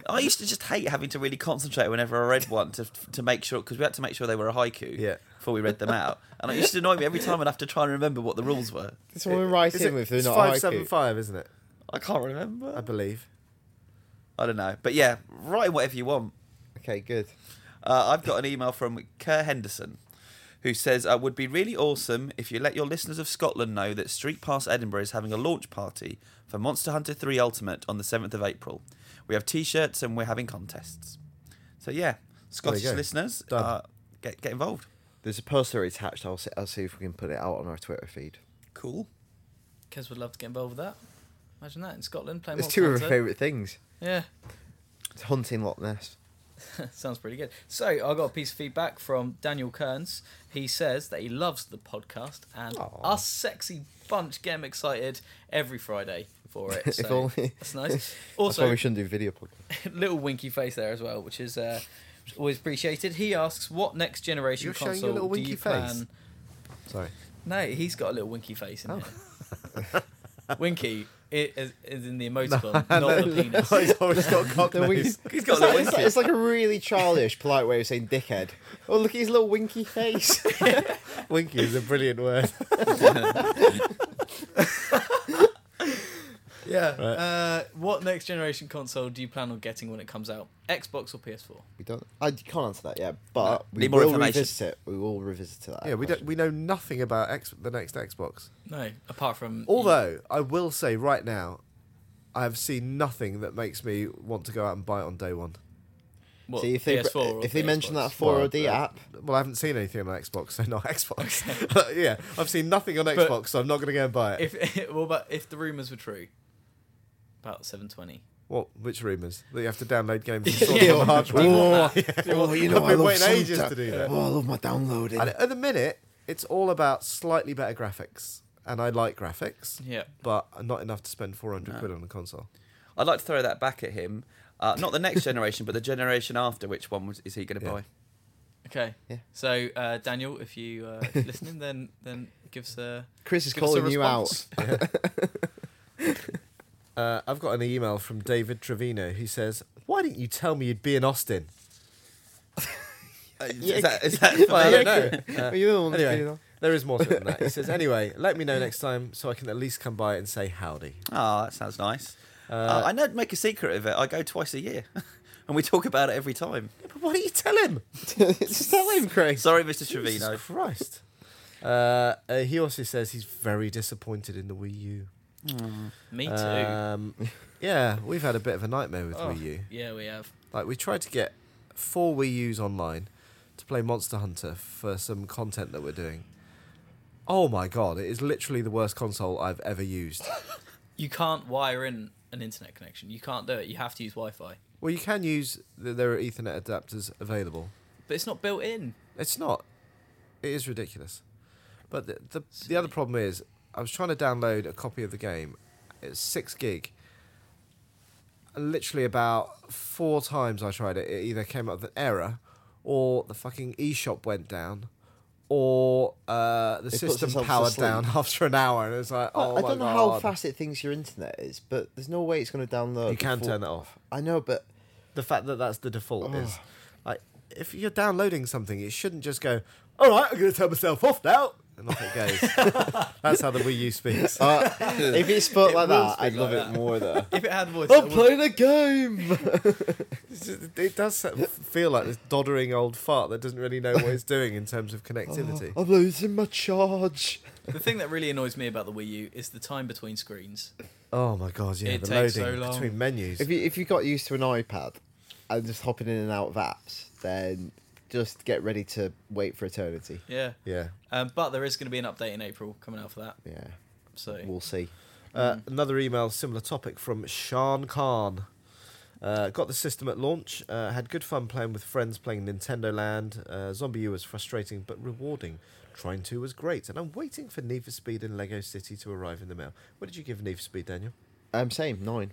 Speaker 4: I used to just hate having to really concentrate whenever I read one to to make sure because we had to make sure they were a haiku
Speaker 1: Yeah.
Speaker 4: before we read them out, and it used to annoy me every time I'd have to try and remember what the rules were.
Speaker 2: Someone write
Speaker 1: Is
Speaker 2: in
Speaker 1: it-
Speaker 2: if they're
Speaker 1: it's
Speaker 2: not
Speaker 1: five
Speaker 2: haiku.
Speaker 1: seven five, isn't it?
Speaker 4: I can't
Speaker 1: I
Speaker 4: remember.
Speaker 1: believe.
Speaker 4: I don't know, but yeah, write whatever you want.
Speaker 2: Okay, good.
Speaker 4: Uh, I've got an email from Kerr Henderson, who says, "I would be really awesome if you let your listeners of Scotland know that Street Pass Edinburgh is having a launch party for Monster Hunter 3 Ultimate on the 7th of April. We have T-shirts and we're having contests. So yeah, Scottish
Speaker 1: go.
Speaker 4: listeners,
Speaker 1: Done.
Speaker 4: uh, get get involved.
Speaker 2: There's a poster attached. I'll see, I'll see if we can put it out on our Twitter feed.
Speaker 4: Cool.
Speaker 3: Kez would love to get involved with that. Imagine that in Scotland playing.
Speaker 2: It's
Speaker 3: Mortal
Speaker 2: two of
Speaker 3: Kombat.
Speaker 2: our favourite things.
Speaker 3: Yeah.
Speaker 2: It's hunting Loch Ness.
Speaker 3: Sounds pretty good. So I got a piece of feedback from Daniel Kearns. He says that he loves the podcast and us sexy bunch get him excited every Friday for it.
Speaker 2: If
Speaker 3: So
Speaker 2: only-
Speaker 3: that's nice.
Speaker 2: That's why
Speaker 3: Also,
Speaker 2: we shouldn't do video podcast.
Speaker 3: little winky face there as well, which is uh, which is always appreciated. He asks, "What next generation
Speaker 1: You're showing your little
Speaker 3: console do
Speaker 1: winky
Speaker 3: you
Speaker 1: face?
Speaker 3: plan?"
Speaker 1: Sorry.
Speaker 3: No, he's got a little winky face in
Speaker 2: Oh.
Speaker 3: there. winky it is, is in the emoticon, not the penis.
Speaker 1: He's always got cock
Speaker 2: The wink-
Speaker 1: nose.
Speaker 4: He's
Speaker 2: It's
Speaker 4: got a
Speaker 2: like,
Speaker 4: little
Speaker 2: it's, like, it's like a really childish, polite way of saying dickhead. Oh, look at his little winky face.
Speaker 1: Winky is a brilliant word.
Speaker 3: Yeah.
Speaker 1: Right.
Speaker 3: Uh, what next generation console do you plan on getting when it comes out? Xbox or PS4?
Speaker 2: we don't. I can't answer that yet, but
Speaker 4: No.
Speaker 2: we
Speaker 4: Need more
Speaker 2: will
Speaker 4: information.
Speaker 2: revisit it. We will revisit that.
Speaker 1: yeah, we don't.
Speaker 2: question.
Speaker 1: We know nothing about X, the next Xbox.
Speaker 3: No, apart
Speaker 1: Mm.
Speaker 3: from E,
Speaker 1: Although I will say right now, I have seen nothing that makes me want to go out and buy it on day one.
Speaker 3: what,
Speaker 2: See if they
Speaker 3: PS4 or
Speaker 2: if they mention that
Speaker 3: Xbox?
Speaker 2: 4OD
Speaker 1: Well, uh,
Speaker 2: app.
Speaker 1: Well, I haven't seen anything on Xbox, so not Xbox. yeah, I've seen nothing on Xbox, so I'm not going to go and buy it.
Speaker 3: If well, but if the rumors were true, about 720.
Speaker 1: what? Which rumours that you have to download games and sort them on hard drive?
Speaker 2: Oh,
Speaker 1: Oh,
Speaker 2: you
Speaker 1: I've been waiting ages to do that.
Speaker 2: Oh, I love my downloading.
Speaker 1: And at the minute, it's all about slightly better graphics, and I like graphics,
Speaker 3: Yeah.
Speaker 1: but not enough to spend 400 quid on a console.
Speaker 4: I'd like to throw that back at him. Uh, not the next generation, but the generation after. Which one was, is he going to
Speaker 1: Yeah.
Speaker 4: buy?
Speaker 3: Okay.
Speaker 2: Yeah.
Speaker 3: So uh, Daniel, if you uh, if you're listening, then then give us a
Speaker 2: Chris is
Speaker 3: give us a
Speaker 2: calling you out.
Speaker 3: response.
Speaker 1: Uh, I've got an email from David Trevino who says, "Why didn't you tell me you'd be in Austin?"
Speaker 4: Uh, is-
Speaker 2: Yeah.
Speaker 4: Is that, is that
Speaker 1: I
Speaker 2: yeah,
Speaker 1: don't know. Uh,
Speaker 2: Are you the one that's
Speaker 1: anyway.
Speaker 2: doing that?
Speaker 1: There is more to it than that. He says, anyway, let me know next time so I can at least come by and say howdy.
Speaker 4: Oh, that sounds nice. Uh,
Speaker 1: Uh,
Speaker 4: I know make a secret of it. I go twice a year, and we talk about it every time.
Speaker 1: But why don't you tell him?
Speaker 2: Just tell him, Chris.
Speaker 4: Sorry, Mr. Trevino.
Speaker 1: Jesus Christ. Uh, uh, he also says he's very disappointed in the Wii U.
Speaker 3: Me too.
Speaker 1: Um, yeah, we've had a bit of a nightmare with
Speaker 3: Oh,
Speaker 1: Wii U.
Speaker 3: Yeah, we have.
Speaker 1: Like, we tried to get four Wii U's online to play Monster Hunter for some content that we're doing. Oh my god, it is literally the worst console I've ever used.
Speaker 3: You can't wire in an internet connection. You can't do it. You have to use Wi-Fi.
Speaker 1: well, you can use, th- there are Ethernet adapters available.
Speaker 3: But it's not built in.
Speaker 1: It's not. It is ridiculous. But the the, the other problem is, I was trying to download a copy of the game. It's six gig. Literally about four times I tried it. It either came up with an error, or the fucking eShop went down, or uh, the
Speaker 5: puts
Speaker 1: system
Speaker 5: themselves to
Speaker 1: powered
Speaker 5: sleep.
Speaker 1: down after an hour, and it's like, oh
Speaker 2: I
Speaker 1: my
Speaker 2: don't know
Speaker 1: God.
Speaker 2: how fast it thinks your internet is, but there's no way it's going to download.
Speaker 1: You can
Speaker 2: before-
Speaker 1: turn it off.
Speaker 2: I know, but
Speaker 1: The fact that that's the default is
Speaker 2: Oh.
Speaker 1: like if you're downloading something, it shouldn't just go, all right, I'm going to turn myself off now, and off it goes. that's how the Wii U speaks.
Speaker 2: Uh, if it's put
Speaker 4: It
Speaker 2: like
Speaker 4: will
Speaker 2: that,
Speaker 4: speak
Speaker 2: I'd
Speaker 4: like
Speaker 2: love
Speaker 4: that.
Speaker 2: it more though.
Speaker 3: If it had voice,
Speaker 2: I'm playing a game.
Speaker 1: It's just- it does sort of feel like this doddering old fart that doesn't really know what it's doing in terms of connectivity.
Speaker 2: I'm losing my charge.
Speaker 3: the thing that really annoys me about the Wii U is the time between screens.
Speaker 1: Oh my god, yeah,
Speaker 3: It
Speaker 1: the
Speaker 3: takes
Speaker 1: loading
Speaker 3: so long.
Speaker 1: between menus.
Speaker 2: If you if you got used to an iPad and just hopping in and out of apps, then just get ready to wait for eternity.
Speaker 3: Yeah.
Speaker 1: yeah.
Speaker 3: Um, but there is going to be an update in April coming out for that.
Speaker 2: Yeah,
Speaker 3: So
Speaker 2: we'll see.
Speaker 1: Uh, Another email, similar topic from Sean Khan. Uh, got the system at launch. Uh, had good fun playing with friends playing Nintendo Land. Uh, Zombie U was frustrating but rewarding. Trine 2 was great. And I'm waiting for Need for Speed and Lego City to arrive in the mail. What did you give Need for Speed, Daniel?
Speaker 2: Um, same nine.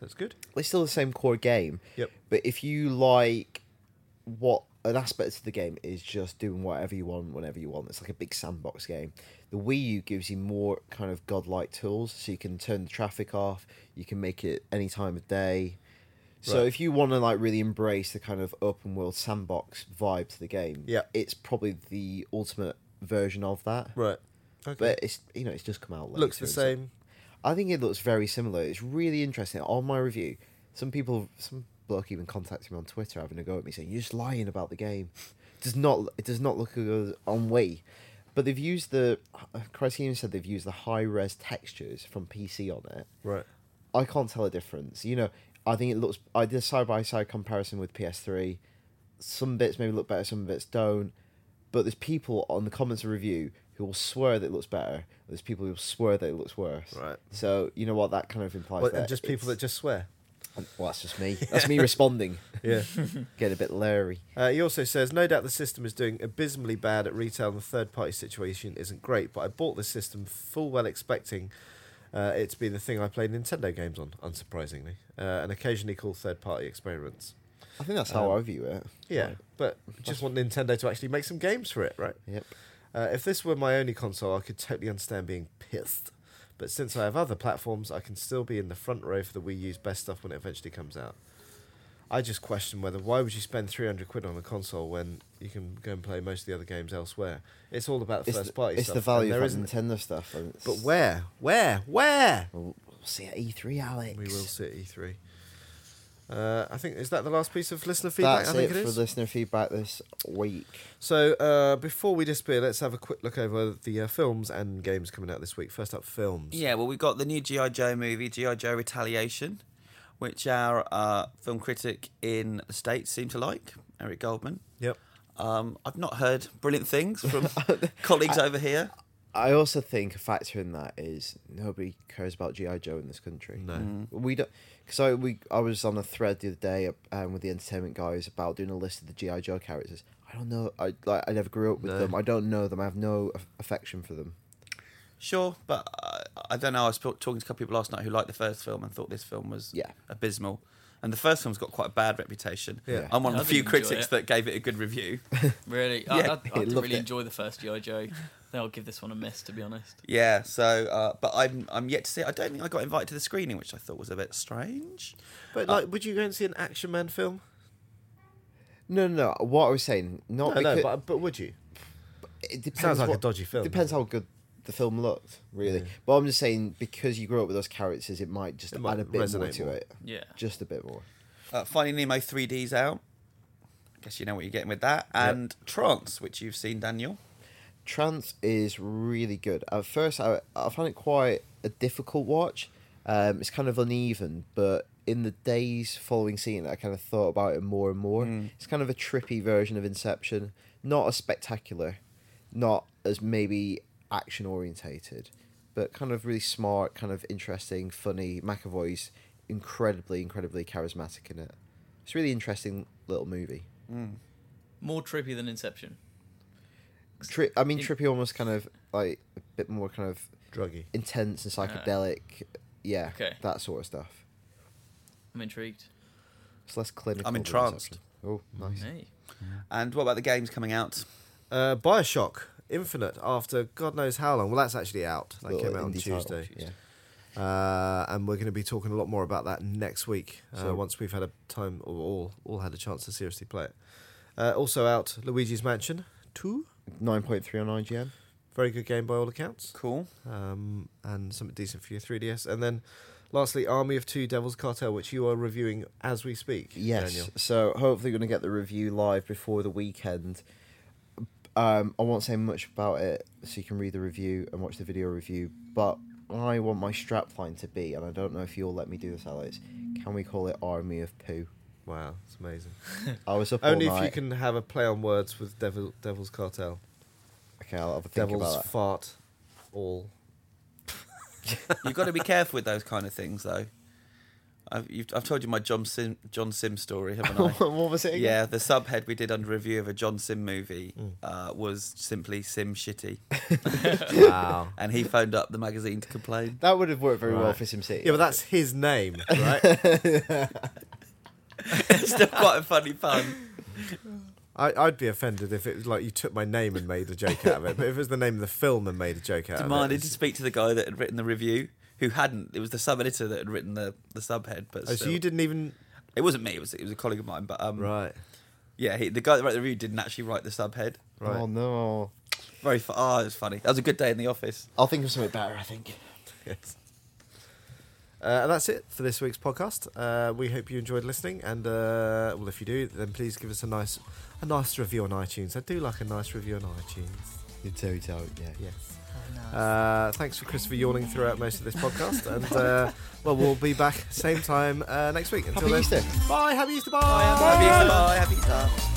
Speaker 1: That's good.
Speaker 2: It's still the same core game.
Speaker 1: Yep.
Speaker 2: But if you like what an aspect of the game is just doing whatever you want, whenever you want, it's like a big sandbox game. The Wii U gives you more kind of godlike tools, so you can turn the traffic off, you can make it any time of day. So
Speaker 1: Right.
Speaker 2: if you want to like really embrace the kind of open world sandbox vibe to the game,
Speaker 1: Yeah.
Speaker 2: it's probably the ultimate version of that.
Speaker 1: Right. Okay.
Speaker 2: But it's you know it's just come out. Later,
Speaker 1: Looks the
Speaker 2: and so-
Speaker 1: same.
Speaker 2: I think it looks very similar. It's really interesting. On my review, some people, some bloke even contacted me on Twitter having a go at me saying, "You're just lying about the game. It does not. It does not look as good on Wii." But they've used the Criterion said they've used the high res textures from PC on it.
Speaker 1: Right.
Speaker 2: I can't tell a difference. You know, I think it looks. I did a side by side comparison with PS3. Some bits maybe look better, some bits don't. But there's people on the comments of review who will swear that it looks better. There's people who will swear that it looks worse.
Speaker 1: Right.
Speaker 2: So you know what that kind of implies.
Speaker 1: Well,
Speaker 2: there.
Speaker 1: and just people that
Speaker 2: It's- um,
Speaker 1: just swear.
Speaker 2: Well, that's just me. That's me responding.
Speaker 1: Yeah.
Speaker 2: Get a bit leery.
Speaker 1: Uh, he also says, no doubt the system is doing abysmally bad at retail and the third party situation isn't great, but I bought this system full well expecting uh, it to be the thing I play Nintendo games on, unsurprisingly, uh, and occasionally call third party experiments.
Speaker 2: I think that's how
Speaker 1: Um,
Speaker 2: I view it.
Speaker 1: Yeah, but just want Nintendo to actually make some games for it, right?
Speaker 2: Yep.
Speaker 1: Uh, if this were my only console, I could totally understand being pissed. But since I have other platforms, I can still be in the front row for the Wii U's best stuff when it eventually comes out. I just question whether why would you spend 300 quid on a console when you can go and play most of the other games elsewhere? It's all about the
Speaker 2: It's,
Speaker 1: first
Speaker 2: the,
Speaker 1: party
Speaker 2: it's
Speaker 1: stuff.
Speaker 2: the
Speaker 1: and
Speaker 2: value
Speaker 1: there
Speaker 2: of
Speaker 1: isn't-
Speaker 2: that Nintendo stuff. and it's-
Speaker 1: But where? Where? Where?
Speaker 2: We'll, we'll see at E3, Alex.
Speaker 1: We will see at E3. Uh, I think is that the last piece of listener feedback?
Speaker 2: That's
Speaker 1: I think
Speaker 2: it, for listener feedback this week.
Speaker 1: So uh, before we disappear, let's have a quick look over the uh, films and games coming out this week. First up, films.
Speaker 4: Yeah, well, we've got the new G.I. Joe movie, G.I. Joe Retaliation, which our uh, film critic in the States seemed to like, Eric Goldman.
Speaker 1: Yep.
Speaker 4: Um, I've not heard brilliant things from colleagues over here.
Speaker 2: I also think a factor in that is nobody cares about GI Joe in this country.
Speaker 1: No. Mm.
Speaker 2: we don't. Because I we I was on a thread the other day um, with the entertainment guys about doing a list of the GI Joe characters. I don't know. I like I never grew up with
Speaker 1: No.
Speaker 2: them. I don't know them. I have no aff- affection for them.
Speaker 4: Sure, but uh, I don't know. I was talking to a couple people last night who liked the first film and thought this film was
Speaker 2: Yeah.
Speaker 4: abysmal. And the first film's got quite a bad reputation.
Speaker 1: Yeah.
Speaker 4: I'm one of
Speaker 3: I
Speaker 4: the few
Speaker 3: think you enjoy
Speaker 4: critics
Speaker 3: it.
Speaker 4: that gave it a good review.
Speaker 3: really,
Speaker 4: Yeah,
Speaker 3: I, I,
Speaker 4: it
Speaker 3: I didn't
Speaker 2: loved
Speaker 3: really
Speaker 2: it.
Speaker 3: enjoy the first GI Joe. I think I'll give this one a miss, to be honest.
Speaker 4: yeah, so, uh, but I'm, I'm yet to see it. I don't think I got invited to the screening, which I thought was a bit strange.
Speaker 1: But
Speaker 4: Uh,
Speaker 1: like, would you go and see an action man film?
Speaker 2: No, no, no. What I was saying,
Speaker 1: No,
Speaker 2: not
Speaker 1: no,
Speaker 2: because-
Speaker 1: but, but would you?
Speaker 2: it depends
Speaker 1: Sounds like a
Speaker 2: what-
Speaker 1: dodgy film.
Speaker 2: Depends how good the film looked, really. But I'm just saying because you grew up with those characters, it might just
Speaker 1: It might
Speaker 2: add a bit more
Speaker 1: resonate
Speaker 2: to
Speaker 1: more.
Speaker 2: it.
Speaker 3: Yeah.
Speaker 2: Just a bit more.
Speaker 4: Uh, Finding Nemo 3D's out. I guess you know what you're getting with that. And Trance, which you've seen, Daniel.
Speaker 2: Trance is really good. At first, I, I found it quite a difficult watch. Um, it's kind of uneven, but in the days following seeing it, I kind of thought about it more and more. It's kind of a trippy version of Inception, not as spectacular, not as maybe action orientated, but kind of really smart, kind of interesting, funny. McAvoy's incredibly, incredibly charismatic in it. It's a really interesting little movie.
Speaker 3: More trippy than Inception.
Speaker 2: Tri- I mean,
Speaker 3: In-
Speaker 2: trippy almost kind of like a bit more kind of
Speaker 1: Druggy.
Speaker 2: intense and
Speaker 3: Ah.
Speaker 2: psychedelic. yeah,
Speaker 3: Okay.
Speaker 2: that sort of stuff.
Speaker 3: I'm intrigued.
Speaker 2: It's less clinical.
Speaker 4: I'm
Speaker 2: than Inception.
Speaker 4: entranced.
Speaker 2: Oh, nice.
Speaker 3: Hey.
Speaker 4: And what about the games coming out?
Speaker 1: Uh, Bioshock Infinite after God knows how long. Well, that's actually out. That
Speaker 2: Little
Speaker 1: came out on
Speaker 2: indie title.
Speaker 1: Tuesday.
Speaker 2: Yeah.
Speaker 1: Uh, and we're going to be talking a lot more about that next week uh,
Speaker 2: So-
Speaker 1: once we've had a time or all all had a chance to seriously play it. Uh, also out, Luigi's Mansion Two,
Speaker 2: Nine point three on IGN.
Speaker 1: very good game by all accounts,
Speaker 4: Cool.
Speaker 1: um, and something decent for your 3DS. And then, lastly, Army of Two, Devil's Cartel, which you are reviewing as we speak.
Speaker 2: Yes.
Speaker 1: Daniel.
Speaker 2: So hopefully going to get the review live before the weekend. Um, I won't say much about it, so you can read the review and watch the video review. But I want my strap line to be, and I don't know if you'll let me do this, Alex. Can we call it Army of Poo?
Speaker 1: Wow, it's amazing.
Speaker 2: I was up
Speaker 1: Only
Speaker 2: all
Speaker 1: if you
Speaker 2: night.
Speaker 1: can have a play on words with Devil, Devil's Cartel.
Speaker 2: Okay, I'll have a think
Speaker 1: Devil's
Speaker 2: about that.
Speaker 1: fart. All.
Speaker 4: You've got to be careful with those kind of things, though. I've, you've, I've told you my John Sim, John Sim story, haven't I?
Speaker 2: what was it? again?
Speaker 4: yeah, the subhead we did under review of a John Sim movie
Speaker 2: Mm.
Speaker 4: uh, was simply Sim shitty,
Speaker 1: Wow.
Speaker 4: and he phoned up the magazine to complain.
Speaker 2: That would have worked very well
Speaker 1: Right.
Speaker 2: for SimCity.
Speaker 1: yeah, but that's his name, right?
Speaker 4: it's still quite a funny pun.
Speaker 1: I, I'd be offended if it was like you took my name and made a joke out of it. But if it was the name of the film and made a joke out of it,
Speaker 4: Demanded to
Speaker 1: it's-
Speaker 4: speak to the guy that had written the review, who hadn't. It was the sub editor that had written the, the subhead, but
Speaker 1: Oh, so
Speaker 4: still.
Speaker 1: you didn't even
Speaker 4: It wasn't me. It was it was a colleague of mine. But um,
Speaker 1: right.
Speaker 4: yeah, he, the guy that wrote the review didn't actually write the subhead.
Speaker 1: Right.
Speaker 2: Oh no!
Speaker 4: Very fu- oh, it was funny. That was a good day in the office.
Speaker 2: I'll think of something better. I think.
Speaker 1: Yes. Uh, and that's it for this week's podcast. Uh, we hope you enjoyed listening, and uh, well, if you do, then please give us a nice, a nice review on iTunes. I do like a nice review on iTunes.
Speaker 2: You tell, tell, yeah.
Speaker 1: Yes.
Speaker 6: Oh,
Speaker 1: Uh, thanks for Christopher yawning throughout most of this podcast, and uh, well, we'll be back same time uh, next week. Until
Speaker 2: Happy
Speaker 1: then,
Speaker 2: Easter.
Speaker 1: bye. Happy Easter. Bye.
Speaker 4: Happy Easter, bye, happy Easter.